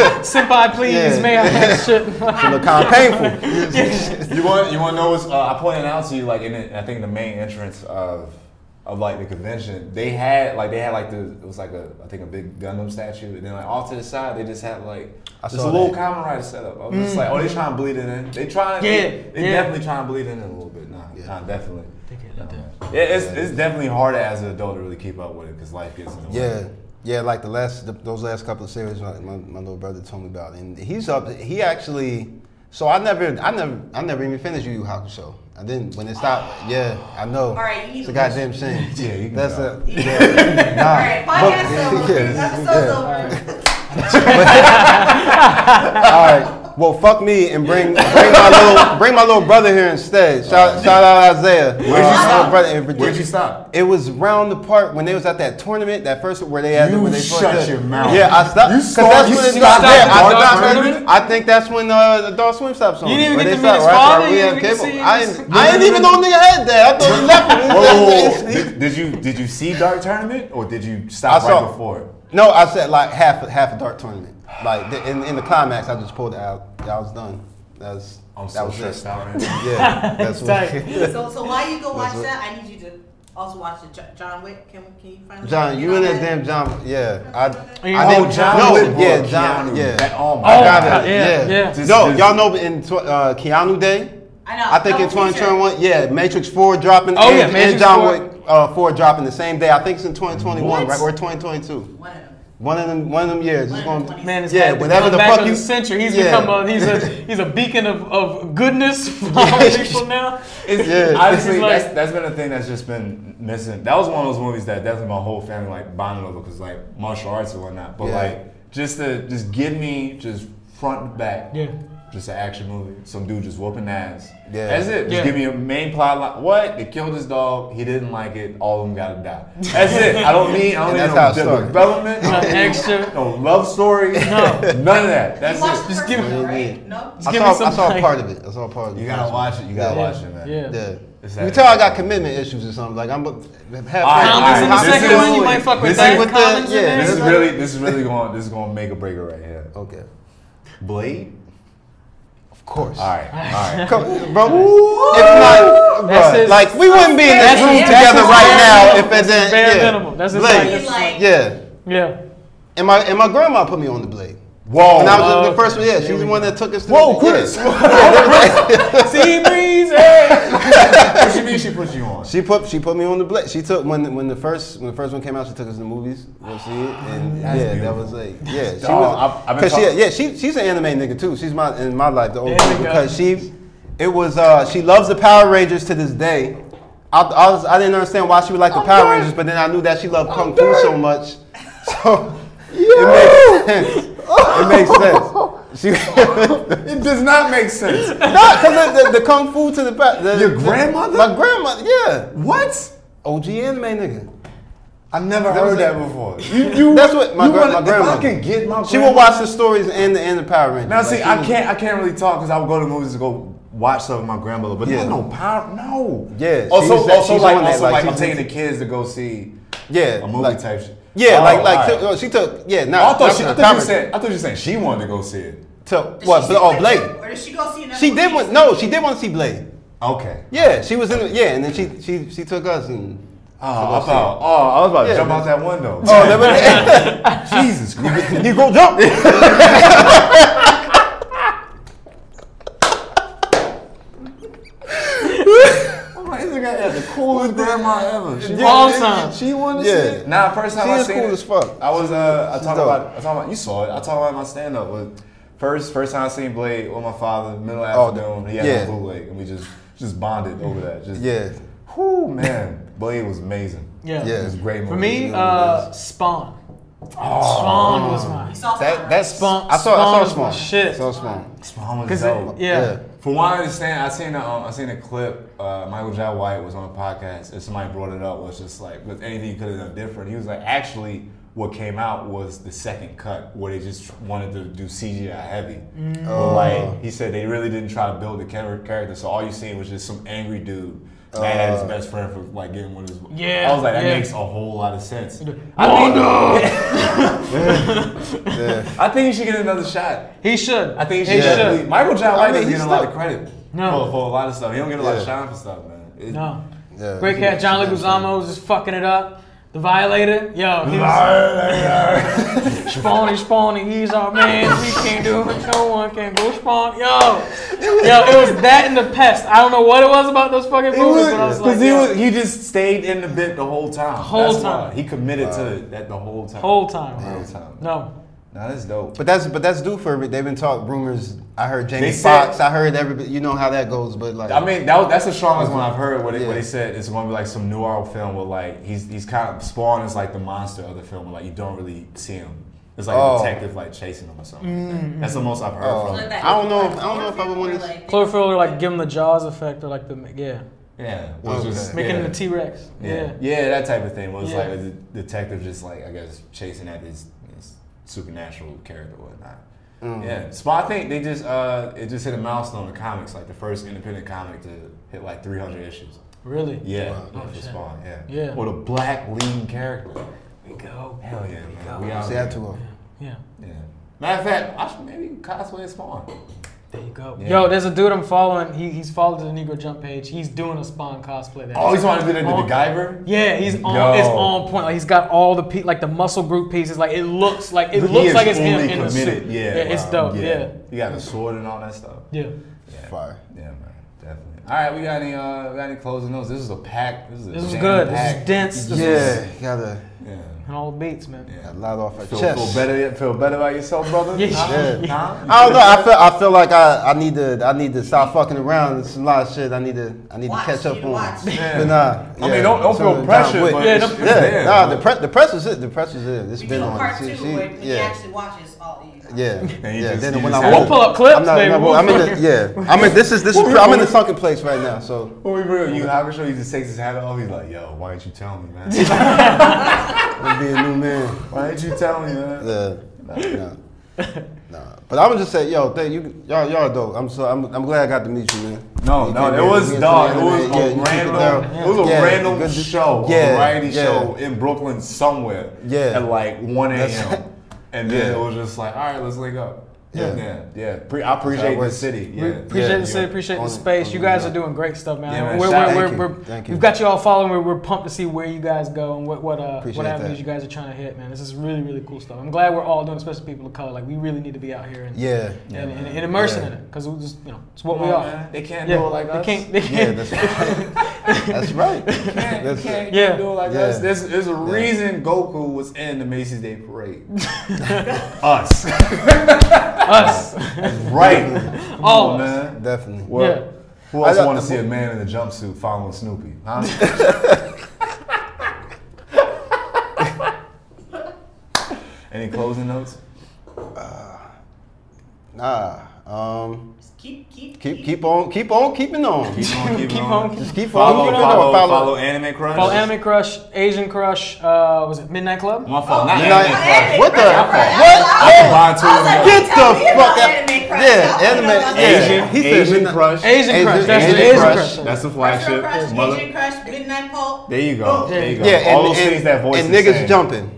Speaker 2: senpai, please,
Speaker 1: Yeah.
Speaker 2: man, that shit.
Speaker 1: Look kind of painful.
Speaker 3: you want you want to know what's uh, I pointed out to you like in the, I think the main entrance of of like the convention they had like they had like the it was like a I think a big Gundam statue and then like off to the side they just had like
Speaker 1: I
Speaker 3: just a
Speaker 1: saw
Speaker 3: little
Speaker 1: that.
Speaker 3: Kamen Rider setup. I was just like, oh, they trying to bleed it in. They trying,
Speaker 2: Yeah,
Speaker 3: they, they
Speaker 2: yeah.
Speaker 3: definitely trying to bleed it in a little bit. Nah,
Speaker 1: Yeah.
Speaker 3: nah, definitely.
Speaker 2: get it down.
Speaker 3: Yeah, it's, it's definitely harder as an adult to really keep up with it because life gets in the way.
Speaker 1: Yeah, yeah. Like the last, the, those last couple of series, my, my, my little brother told me about, and he's up. He actually. So I never, I never, I never even finished Yu Yu Hakusho. I didn't when it stopped. Yeah, I know. All
Speaker 4: right, you need
Speaker 1: it's a
Speaker 4: to
Speaker 1: goddamn shame.
Speaker 3: Yeah, you can
Speaker 1: That's
Speaker 3: go.
Speaker 1: a yeah.
Speaker 4: All
Speaker 1: nah.
Speaker 4: right, podcast
Speaker 1: but-
Speaker 4: over.
Speaker 1: yeah,
Speaker 4: Episode's
Speaker 1: yeah.
Speaker 4: over.
Speaker 1: All right,
Speaker 4: go.
Speaker 1: Well, fuck me and bring bring my little bring my little brother here instead. Shout, shout out Isaiah. Where'd
Speaker 3: you stop?
Speaker 1: brother in Virginia.
Speaker 3: Where'd you stop?
Speaker 1: It was round the park when they was at that tournament, that first where they had
Speaker 3: You
Speaker 1: when they first
Speaker 3: shut
Speaker 1: did-
Speaker 3: your mouth.
Speaker 1: Yeah, I stopped.
Speaker 3: You
Speaker 1: 'cause
Speaker 3: stopped-
Speaker 1: that's
Speaker 3: you
Speaker 1: when it
Speaker 3: stopped
Speaker 1: stopped. Yeah,
Speaker 2: at
Speaker 1: I,
Speaker 2: the
Speaker 1: that's
Speaker 2: Adult
Speaker 1: when-
Speaker 2: Swim?
Speaker 1: I think that's when uh, the Dog Swim stops on.
Speaker 2: You didn't even
Speaker 1: When
Speaker 2: get
Speaker 1: they
Speaker 2: to meet
Speaker 1: stopped,
Speaker 2: his
Speaker 1: right?
Speaker 2: father,
Speaker 1: Right,
Speaker 2: you
Speaker 1: we had
Speaker 2: didn't even
Speaker 1: cable.
Speaker 2: see
Speaker 1: I
Speaker 2: his-
Speaker 1: didn't, I didn't even know nigga had that. I thought he left.
Speaker 3: Whoa, whoa,
Speaker 1: It.
Speaker 3: whoa. Did, did you did you see Dark Tournament or did you stop
Speaker 1: I saw-
Speaker 3: right before?
Speaker 1: No, I said like half half a dark tournament. Like the, in in the climax, I just pulled it out. I was done. That was that
Speaker 3: I'm Oh, so
Speaker 1: was
Speaker 3: stressed
Speaker 1: it.
Speaker 3: out right now.
Speaker 1: Yeah, that's
Speaker 2: Tight.
Speaker 1: what.
Speaker 4: So, so while you go watch
Speaker 1: what-
Speaker 4: that, I need you to also watch the Jo- John Wick. Can, can you find
Speaker 1: John, you in that
Speaker 4: damn.
Speaker 1: damn John? Yeah, I.
Speaker 2: you-
Speaker 1: I
Speaker 2: Oh,
Speaker 1: didn't-
Speaker 3: John
Speaker 1: no,
Speaker 3: Wick, bro,
Speaker 1: yeah, John,
Speaker 3: Keanu.
Speaker 1: yeah.
Speaker 3: That- oh my
Speaker 1: I got
Speaker 2: God,
Speaker 1: it,
Speaker 2: yeah, yeah.
Speaker 3: Just-
Speaker 1: No,
Speaker 3: just-
Speaker 1: y'all know in tw- uh, Keanu Day.
Speaker 4: I know,
Speaker 1: I think in
Speaker 4: double feature.
Speaker 1: 2021, yeah, Matrix 4 dropping.
Speaker 2: Oh,
Speaker 1: and,
Speaker 2: yeah,
Speaker 1: and
Speaker 2: Matrix
Speaker 1: John
Speaker 2: 4.
Speaker 1: Wick uh, 4 dropping the same day. I think it's in 2021, right, or 2022.
Speaker 4: One of them.
Speaker 1: One of them, one of them years. It's
Speaker 4: One
Speaker 1: going.
Speaker 4: of them
Speaker 1: to
Speaker 4: 20s.
Speaker 2: Man, it's
Speaker 1: Yeah,
Speaker 2: yeah,
Speaker 1: whatever the
Speaker 2: the back
Speaker 1: fuck
Speaker 2: of
Speaker 1: you-
Speaker 2: the century. He's
Speaker 1: yeah.
Speaker 2: become a he's a he's a beacon of, of goodness for all people now.
Speaker 3: It's,
Speaker 1: Yeah.
Speaker 3: Honestly,
Speaker 2: It's like-
Speaker 3: that's, that's been a thing that's just been missing. That was one of those movies that definitely my whole family like bonded over because like martial arts and whatnot. But
Speaker 1: Yeah.
Speaker 3: like just to just give me just front to back.
Speaker 2: Yeah.
Speaker 3: Just an action movie. Some dude just whooping ass.
Speaker 1: Yeah.
Speaker 3: That's it. Just
Speaker 2: Yeah.
Speaker 3: give me a main plot line. What? They killed his dog. He didn't like it. All of them gotta die. That's it. I don't need. I
Speaker 1: And
Speaker 3: don't need
Speaker 1: that's how it
Speaker 3: no
Speaker 1: started.
Speaker 3: development. I
Speaker 2: Not
Speaker 3: don't need
Speaker 2: extra.
Speaker 3: No love story. No. None of that. That's
Speaker 4: you watched
Speaker 3: it.
Speaker 4: the
Speaker 2: Just
Speaker 4: first
Speaker 2: give
Speaker 4: one,
Speaker 2: me-
Speaker 4: right? No.
Speaker 1: I
Speaker 2: give
Speaker 1: saw,
Speaker 2: me some
Speaker 1: I saw
Speaker 2: like-
Speaker 1: part of it. I saw part of it.
Speaker 3: You gotta watch it. You gotta
Speaker 1: Yeah.
Speaker 3: watch it, man.
Speaker 2: Yeah.
Speaker 1: Yeah.
Speaker 3: It's
Speaker 1: You
Speaker 3: that-
Speaker 1: tell I got commitment issues or something. Like I'm a, have
Speaker 3: All right,
Speaker 2: Pound
Speaker 3: all
Speaker 2: is in the
Speaker 3: right, this
Speaker 2: second
Speaker 3: is-
Speaker 2: one. You might fuck with
Speaker 3: this
Speaker 2: Diet
Speaker 3: is-
Speaker 1: with the-
Speaker 2: Collins in
Speaker 1: yeah,
Speaker 2: there.
Speaker 3: This is
Speaker 2: like-
Speaker 3: really, this is really going, this is going to make a breaker right here.
Speaker 1: Okay.
Speaker 3: Blade.
Speaker 1: Of course.
Speaker 3: All right, all right.
Speaker 1: Come, bro. If not,
Speaker 2: That's
Speaker 1: bro,
Speaker 2: his-
Speaker 1: like we wouldn't be in this
Speaker 2: that's
Speaker 1: room
Speaker 2: his- that's
Speaker 1: together
Speaker 2: his
Speaker 1: right
Speaker 2: bare
Speaker 1: now
Speaker 2: minimum.
Speaker 1: if it
Speaker 2: That's his
Speaker 1: didn't.
Speaker 2: bare
Speaker 1: yeah.
Speaker 2: minimum. That's his
Speaker 1: Blade.
Speaker 4: Be like-
Speaker 1: Yeah.
Speaker 2: Yeah.
Speaker 1: And my and my grandma put me on the blade.
Speaker 3: Whoa.
Speaker 1: When I was in
Speaker 2: okay.
Speaker 1: the first one, yeah,
Speaker 2: There
Speaker 1: she's
Speaker 2: we
Speaker 1: the
Speaker 2: go.
Speaker 1: one that took us. To
Speaker 3: Whoa,
Speaker 1: the,
Speaker 3: Chris.
Speaker 1: yeah.
Speaker 2: Sea breeze. Hey.
Speaker 3: what you mean she put you on?
Speaker 1: She put she put me on the blade. She took when when the first when the first one came out. She took us to the movies. We'll see it, and
Speaker 3: That's
Speaker 1: yeah, that
Speaker 3: beautiful.
Speaker 1: was like yeah. She
Speaker 3: Dog,
Speaker 1: was
Speaker 3: I've- I've been
Speaker 1: because
Speaker 3: talk-
Speaker 1: she yeah she she's an anime nigga too. She's my in my life the old
Speaker 2: There we go.
Speaker 1: because she it was uh she loves the Power Rangers to this day. I I, was, I didn't understand why she would like the Power Rangers, but then I knew that she loved kung fu so much, so it makes sense. It makes sense. She,
Speaker 3: It does not make sense.
Speaker 1: because the, the, the kung fu to the, pa- the
Speaker 3: Your
Speaker 1: the-
Speaker 3: grandmother?
Speaker 1: my grandmother, yeah,
Speaker 3: What?
Speaker 1: OG anime nigga.
Speaker 3: I've never
Speaker 1: That was
Speaker 3: heard that
Speaker 1: it.
Speaker 3: before. You, you,
Speaker 1: That's what my
Speaker 3: you
Speaker 1: gr-
Speaker 3: wanna-
Speaker 1: my
Speaker 3: If
Speaker 1: grandmother-
Speaker 3: I can get my
Speaker 1: She will
Speaker 3: grandma-
Speaker 1: watch the stories and the and the Power Rangers.
Speaker 3: Now
Speaker 1: Like,
Speaker 3: see,
Speaker 1: she
Speaker 3: I
Speaker 1: was-
Speaker 3: can't I can't really talk because I would go to movies to go watch stuff with my grandmother, but
Speaker 1: Yeah.
Speaker 3: yeah. no power, no.
Speaker 1: Yeah,
Speaker 3: Also,
Speaker 1: she's that-
Speaker 3: also
Speaker 1: she's
Speaker 3: like
Speaker 1: on that,
Speaker 3: also
Speaker 1: like,
Speaker 3: like, I'm
Speaker 1: she's-
Speaker 3: taking the kids to go see
Speaker 1: Yeah,
Speaker 3: a movie
Speaker 1: like,
Speaker 3: type shit.
Speaker 1: Yeah,
Speaker 3: Oh,
Speaker 1: like like
Speaker 3: all right.
Speaker 1: she, oh, she took yeah. Now
Speaker 3: I thought, she, I thought you said I thought you said she wanted to go see it.
Speaker 1: to
Speaker 4: Did
Speaker 1: what? Bla-
Speaker 4: she see
Speaker 1: oh,
Speaker 4: it?
Speaker 1: Blade.
Speaker 4: Or did she go see another
Speaker 1: She
Speaker 4: one?
Speaker 1: did want no. She did want to see Blade.
Speaker 3: Okay.
Speaker 1: Yeah, she was in. The, yeah, and then she she she took us and.
Speaker 3: Oh, I thought, oh, I was about to
Speaker 1: Yeah.
Speaker 3: jump out that window.
Speaker 1: Oh, that was,
Speaker 3: Jesus Christ!
Speaker 1: you go jump.
Speaker 3: I'm like, this guy had the coolest grandma ever. She,
Speaker 2: All time.
Speaker 3: she wanted to
Speaker 1: Yeah.
Speaker 3: see it. Nah, first time
Speaker 1: She
Speaker 3: I
Speaker 1: is
Speaker 3: seen
Speaker 1: cool
Speaker 3: it,
Speaker 1: as fuck.
Speaker 3: I was, uh, I
Speaker 1: She's
Speaker 3: talked
Speaker 1: dope.
Speaker 3: about, I talked about, you saw it. I talked about my stand up with first, first time I seen Blade with my father, middle
Speaker 1: Oh, the-
Speaker 3: afternoon. he had
Speaker 1: yeah.
Speaker 3: a bootleg, and we just, just bonded over that. Just,
Speaker 1: Yeah,
Speaker 3: Whew, man, Blade was amazing.
Speaker 2: Yeah.
Speaker 1: Yeah.
Speaker 3: It was a great movie.
Speaker 2: For me, uh, Spawn. Spawn was my.
Speaker 4: You saw
Speaker 1: that
Speaker 4: Spider-Man.
Speaker 1: that's
Speaker 2: Spawn-
Speaker 1: I saw I saw
Speaker 2: Spawn is my
Speaker 1: Spawn.
Speaker 2: shit.
Speaker 1: I saw Spawn.
Speaker 3: Spawn was
Speaker 2: Cause
Speaker 3: dope.
Speaker 2: it, yeah.
Speaker 3: From what I understand, I seen a, um, I seen a clip. Uh, Michael J. White was on a podcast, and somebody brought it up. Was just like, with anything you could have done different. He was like, actually, what came out was the second cut, where they just wanted to do CGI heavy. But like he said, they really didn't try to build the char- character. So all you seen was just some angry dude. Mad at his best friend for like getting one of his.
Speaker 2: Yeah,
Speaker 3: I was like, that
Speaker 2: yeah.
Speaker 3: makes a whole lot of sense.
Speaker 1: Yeah,
Speaker 3: I think he should get another shot.
Speaker 2: He should.
Speaker 3: I think
Speaker 2: he
Speaker 3: he
Speaker 1: should.
Speaker 3: should.
Speaker 2: should.
Speaker 3: Michael John
Speaker 1: I
Speaker 3: White
Speaker 1: mean,
Speaker 3: doesn't
Speaker 1: he's
Speaker 3: get a lot
Speaker 1: still-
Speaker 3: of credit
Speaker 2: No.
Speaker 3: for, for a lot of stuff. He don't get a lot
Speaker 1: Yeah.
Speaker 3: of shine for stuff, man. It-
Speaker 2: No.
Speaker 1: yeah.
Speaker 2: Great cat. John Leguizamo was just fucking it up. The Violator. Yo, he was spawny, spawny. He's our man. We can't do it. No one can go spawn. Yo. Yo, it was that and the pest. I don't know what it was about those fucking
Speaker 3: He
Speaker 2: movies,
Speaker 3: was-
Speaker 2: but I was like,
Speaker 3: Cause he
Speaker 2: yo,
Speaker 3: was, he just stayed in the bit the whole time.
Speaker 2: Whole
Speaker 3: That's why.
Speaker 2: time.
Speaker 3: He committed to that the whole time.
Speaker 2: whole time.
Speaker 3: The whole time.
Speaker 2: No.
Speaker 3: Nah, that's dope.
Speaker 1: But that's but that's due for it. They've been taught rumors. I heard Jamie
Speaker 3: They said-
Speaker 1: Foxx. I heard everybody. You know how that goes. But like,
Speaker 3: I mean, that was, that's the strongest one I've heard. Where they,
Speaker 1: Yeah.
Speaker 3: where they said it's going to be like some noir film where like he's he's kind of Spawn is like the monster of the film. Where like you don't really see him. It's It's like
Speaker 1: Oh.
Speaker 3: a detective like chasing them or something. like that.
Speaker 2: Mm-hmm.
Speaker 3: That's the most I've heard
Speaker 1: Oh.
Speaker 3: from
Speaker 4: Like
Speaker 3: it.
Speaker 4: that
Speaker 1: I don't know if- I don't know if I would
Speaker 4: Cloverfield
Speaker 1: want
Speaker 4: where,
Speaker 1: this-
Speaker 4: like,
Speaker 2: Chlorophyll or like give them the Jaws effect or like the yeah,
Speaker 3: Yeah. Which was,
Speaker 1: Okay.
Speaker 2: making
Speaker 3: yeah.
Speaker 2: them the T Rex.
Speaker 3: Yeah.
Speaker 2: Yeah.
Speaker 3: yeah, that type of thing. Where it's
Speaker 2: Yeah.
Speaker 3: like a de- detective just like I guess chasing at this, this supernatural character or whatnot.
Speaker 1: Mm.
Speaker 3: Yeah, so I think they just uh, it just hit a milestone in comics, like the first independent comic to hit like 300 issues.
Speaker 2: Really?
Speaker 3: Yeah,
Speaker 1: Wow.
Speaker 3: yeah,
Speaker 2: Oh,
Speaker 3: for
Speaker 2: shit.
Speaker 3: Spawn. Yeah,
Speaker 2: Yeah.
Speaker 3: With a black leading character.
Speaker 2: We go.
Speaker 3: Hell yeah, man. We out
Speaker 1: See,
Speaker 3: here.
Speaker 1: that too.
Speaker 2: Yeah.
Speaker 3: Yeah. Matter of fact, I should maybe cosplay as Spawn.
Speaker 2: Oh, There you go.
Speaker 3: Yeah.
Speaker 2: Yo, there's a dude I'm following. He, he's followed the Negro Jump page. He's doing a Spawn cosplay. That
Speaker 3: Oh, he's wanted to do the
Speaker 2: Oh.
Speaker 3: MacGyver.
Speaker 2: Yeah, he's on.
Speaker 3: Yo.
Speaker 2: It's on point. Like he's got all the pe- like the muscle group pieces. Like it looks like it
Speaker 3: He
Speaker 2: looks
Speaker 3: is
Speaker 2: like it's him
Speaker 3: fully
Speaker 2: in the suit.
Speaker 3: committed. Yeah,
Speaker 2: it's
Speaker 3: wow.
Speaker 2: dope.
Speaker 3: Yeah.
Speaker 2: Yeah.
Speaker 3: He got a sword and all that stuff.
Speaker 2: yeah,
Speaker 1: Fire.
Speaker 3: Yeah, man, definitely. All right, we got any uh, we got any closing notes? This is a pack. This is a
Speaker 2: This was
Speaker 3: jam
Speaker 2: good. This was
Speaker 3: pack.
Speaker 2: dense. This was-
Speaker 1: Yeah, gotta
Speaker 3: Yeah.
Speaker 2: and all the beats, man.
Speaker 1: got a lot off our
Speaker 3: Feel,
Speaker 1: chest.
Speaker 3: feel better. yet- Feel better about yourself, brother.
Speaker 2: Yeah.
Speaker 3: Huh?
Speaker 1: Yeah.
Speaker 3: Huh?
Speaker 1: I don't know. I feel I feel like I, I need to I need to stop fucking around. There's a lot of shit I need to I need
Speaker 4: Watch,
Speaker 1: to catch
Speaker 4: you
Speaker 1: up
Speaker 4: need to
Speaker 1: on.
Speaker 4: watch.
Speaker 3: Yeah.
Speaker 1: But nah,
Speaker 3: I mean,
Speaker 1: yeah,
Speaker 3: don't don't
Speaker 1: some of
Speaker 3: feel
Speaker 1: the
Speaker 3: pressure,
Speaker 1: time
Speaker 3: but
Speaker 1: with-
Speaker 2: Yeah,
Speaker 3: it's,
Speaker 2: don't-
Speaker 3: it's
Speaker 1: yeah,
Speaker 3: there.
Speaker 1: nah, the pre- the pressure's it. The pressure's it. It's
Speaker 4: We
Speaker 1: been
Speaker 4: do a
Speaker 1: on.
Speaker 4: part
Speaker 1: She-
Speaker 4: two
Speaker 1: she-
Speaker 4: where we
Speaker 1: yeah.
Speaker 4: actually watches all of you.
Speaker 1: Yeah,
Speaker 3: you
Speaker 1: yeah.
Speaker 3: just-
Speaker 1: Then
Speaker 3: you
Speaker 1: when
Speaker 3: just
Speaker 1: I
Speaker 3: have
Speaker 1: woke-
Speaker 3: to-
Speaker 2: We'll pull up clips,
Speaker 1: I'm not,
Speaker 2: baby.
Speaker 1: I'm,
Speaker 2: We'll
Speaker 1: not- I'm in
Speaker 2: fucking-
Speaker 1: the, yeah. I'm in this is this is I'm in the sunken place right now. So
Speaker 3: Well, we real. You have a show. He just takes his hat off. He's like, "Yo, why didn't you tell me, man?
Speaker 1: I'm be a new man.
Speaker 3: why didn't you tell me, man?"
Speaker 1: Yeah. Nah. Nah. But I would just say, yo, thank you, y'all, y'all dope. I'm so, I'm, I'm glad I got to meet you, man.
Speaker 3: No,
Speaker 1: You
Speaker 3: no,
Speaker 1: came
Speaker 3: it
Speaker 1: here
Speaker 3: was
Speaker 1: to me
Speaker 3: dog. It
Speaker 1: and
Speaker 3: was
Speaker 1: to the
Speaker 3: a
Speaker 1: internet. Yeah, you took it
Speaker 3: random.
Speaker 1: down.
Speaker 3: It was a
Speaker 1: Yeah,
Speaker 3: random
Speaker 1: good-
Speaker 3: show, a
Speaker 1: yeah,
Speaker 3: variety
Speaker 1: yeah.
Speaker 3: show in Brooklyn somewhere.
Speaker 1: Yeah.
Speaker 3: At like one
Speaker 1: That's-
Speaker 3: a.m. And then
Speaker 1: Yeah.
Speaker 3: it was just like, all right, let's link up.
Speaker 1: Yeah.
Speaker 3: yeah, yeah. Pre- I appreciate the
Speaker 1: works.
Speaker 3: city.
Speaker 2: We
Speaker 3: Yeah,
Speaker 2: appreciate
Speaker 1: yeah,
Speaker 2: the city,
Speaker 1: yeah.
Speaker 2: appreciate the
Speaker 1: On-
Speaker 2: space.
Speaker 1: on
Speaker 2: You
Speaker 1: the
Speaker 2: guys are
Speaker 1: dot.
Speaker 2: doing great stuff, man.
Speaker 3: Yeah, man,
Speaker 2: We're, we're,
Speaker 3: shout-
Speaker 2: we're,
Speaker 1: thank
Speaker 2: we're,
Speaker 1: you, thank you.
Speaker 2: We've got you all following. We're, we're pumped to see where you guys go and what what uh,
Speaker 1: Appreciate
Speaker 2: what avenues
Speaker 1: that.
Speaker 2: you guys are trying to hit, man. This is really really cool stuff. I'm glad we're all doing, it, especially people of color. Like we really need to be out here and
Speaker 1: Yeah.
Speaker 2: and, and, and immersing
Speaker 1: Yeah.
Speaker 2: in it because we just you know it's what
Speaker 3: Come
Speaker 2: we
Speaker 3: on,
Speaker 2: are.
Speaker 3: man. They can't
Speaker 2: Yeah,
Speaker 3: do it like
Speaker 2: they
Speaker 3: us.
Speaker 2: can't. They
Speaker 1: Yeah,
Speaker 2: can't.
Speaker 1: that's right. that's right.
Speaker 3: can't,
Speaker 1: That's
Speaker 3: can't
Speaker 2: Yeah.
Speaker 3: do it like
Speaker 1: Yeah.
Speaker 3: us. There's, there's a reason Goku was in the Macy's Day Parade. us,
Speaker 2: Us.
Speaker 3: right? Come
Speaker 2: All
Speaker 3: on,
Speaker 2: of us.
Speaker 3: man.
Speaker 1: Definitely.
Speaker 3: Well,
Speaker 2: Yeah.
Speaker 3: Who else
Speaker 1: I got
Speaker 3: want to
Speaker 1: the-
Speaker 3: see a man in a jumpsuit following Snoopy? Huh? Any closing notes?
Speaker 1: Nah. Um.
Speaker 4: Just keep, keep,
Speaker 1: Keep keep on keep on keeping on.
Speaker 3: Keep on, keep,
Speaker 2: Keep
Speaker 3: on.
Speaker 2: on.
Speaker 1: Just keep
Speaker 3: Follow,
Speaker 1: on keeping
Speaker 3: follow,
Speaker 1: on.
Speaker 3: follow, Anime Crush.
Speaker 2: Well, Anime Crush, Asian Crush, uh, was it Midnight Club?
Speaker 3: My fault, Oh, not
Speaker 1: You're
Speaker 3: Anime
Speaker 1: not-
Speaker 3: Crush.
Speaker 1: what the
Speaker 4: That's right.
Speaker 1: what?
Speaker 4: I
Speaker 3: I
Speaker 1: Hey,
Speaker 3: combined two of them.
Speaker 1: Get
Speaker 4: Tell me
Speaker 1: the
Speaker 4: about
Speaker 1: fuck out!
Speaker 4: Anime
Speaker 1: Yeah,
Speaker 4: Crush. I wanna know about
Speaker 1: anime.
Speaker 4: Asian-
Speaker 1: Yeah, he said
Speaker 3: Asian
Speaker 1: midnight-
Speaker 3: Crush.
Speaker 2: Asian
Speaker 1: Asian-
Speaker 2: Crush, that's the
Speaker 1: Asian
Speaker 2: Asian
Speaker 1: Crush.
Speaker 2: Crush.
Speaker 3: That's the
Speaker 4: Personal
Speaker 3: flagship.
Speaker 4: crush,
Speaker 3: Mother-
Speaker 4: Asian crush, midnight pulp.
Speaker 3: There you go.
Speaker 4: Boom.
Speaker 3: There you go.
Speaker 1: Yeah, and-
Speaker 3: All those
Speaker 1: and-
Speaker 3: things that voice
Speaker 1: and
Speaker 3: is
Speaker 1: niggas
Speaker 3: saying.
Speaker 1: jumping.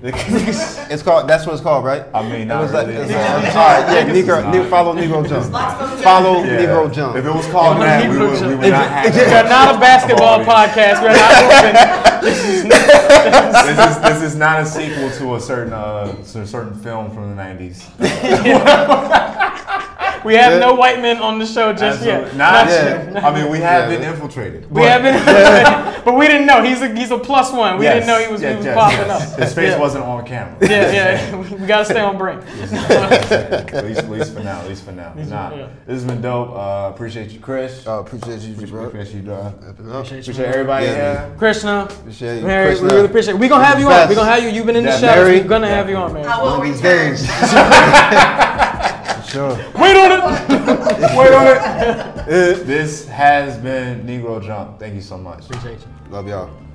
Speaker 1: It's called. That's what it's called, right?
Speaker 3: I mean,
Speaker 1: It
Speaker 3: not
Speaker 1: was like,
Speaker 3: really.
Speaker 1: it's
Speaker 3: Nah.
Speaker 1: like- all right, yeah,
Speaker 3: This is
Speaker 1: Negro,
Speaker 3: not-
Speaker 1: ne- follow Negro
Speaker 4: Lots
Speaker 1: Jump.
Speaker 4: of jump.
Speaker 1: Follow
Speaker 3: Yeah.
Speaker 1: Negro Jump.
Speaker 3: If it was called that, we
Speaker 2: Negro
Speaker 3: would, we
Speaker 2: Jump.
Speaker 3: would not have
Speaker 2: We are not a basketball
Speaker 3: Come on,
Speaker 2: podcast. We're not open.
Speaker 3: this is this is not a sequel to a certain uh to a certain film from the nineties.
Speaker 2: We have no white men on the show just yet.
Speaker 3: Absolutely.
Speaker 2: Not
Speaker 3: Not
Speaker 1: Yeah.
Speaker 2: yet.
Speaker 3: yet. I mean, we have
Speaker 1: Yeah.
Speaker 3: been infiltrated.
Speaker 2: We haven't, but we didn't know. He's a he's a plus one. We didn't know he was, he was popping up.
Speaker 3: His face
Speaker 2: yeah.
Speaker 3: wasn't on camera.
Speaker 2: Yeah, yeah. We gotta stay on brand.
Speaker 3: at, least, at least for now. At least for now. Nah,
Speaker 2: yeah.
Speaker 3: this has been dope. Uh, appreciate you, Chris.
Speaker 1: Uh, appreciate you, bro.
Speaker 3: appreciate you, dog.
Speaker 1: Appreciate
Speaker 3: Appreciate everybody
Speaker 1: Yeah, man.
Speaker 3: here.
Speaker 2: Krishna,
Speaker 1: Appreciate you,
Speaker 2: Mary,
Speaker 1: Krishna.
Speaker 2: we really appreciate. it. We gonna have you on.
Speaker 1: Best.
Speaker 2: We gonna have you. You've been in the
Speaker 3: Yeah,
Speaker 2: shadows.
Speaker 1: Mary.
Speaker 2: We're gonna have you on,
Speaker 4: I
Speaker 2: man.
Speaker 4: will
Speaker 1: One of these
Speaker 4: return.
Speaker 1: days. For sure.
Speaker 2: Wait on it. Wait on it.
Speaker 3: This has been Negro Jump. Thank you so much.
Speaker 2: Appreciate you.
Speaker 1: Love y'all.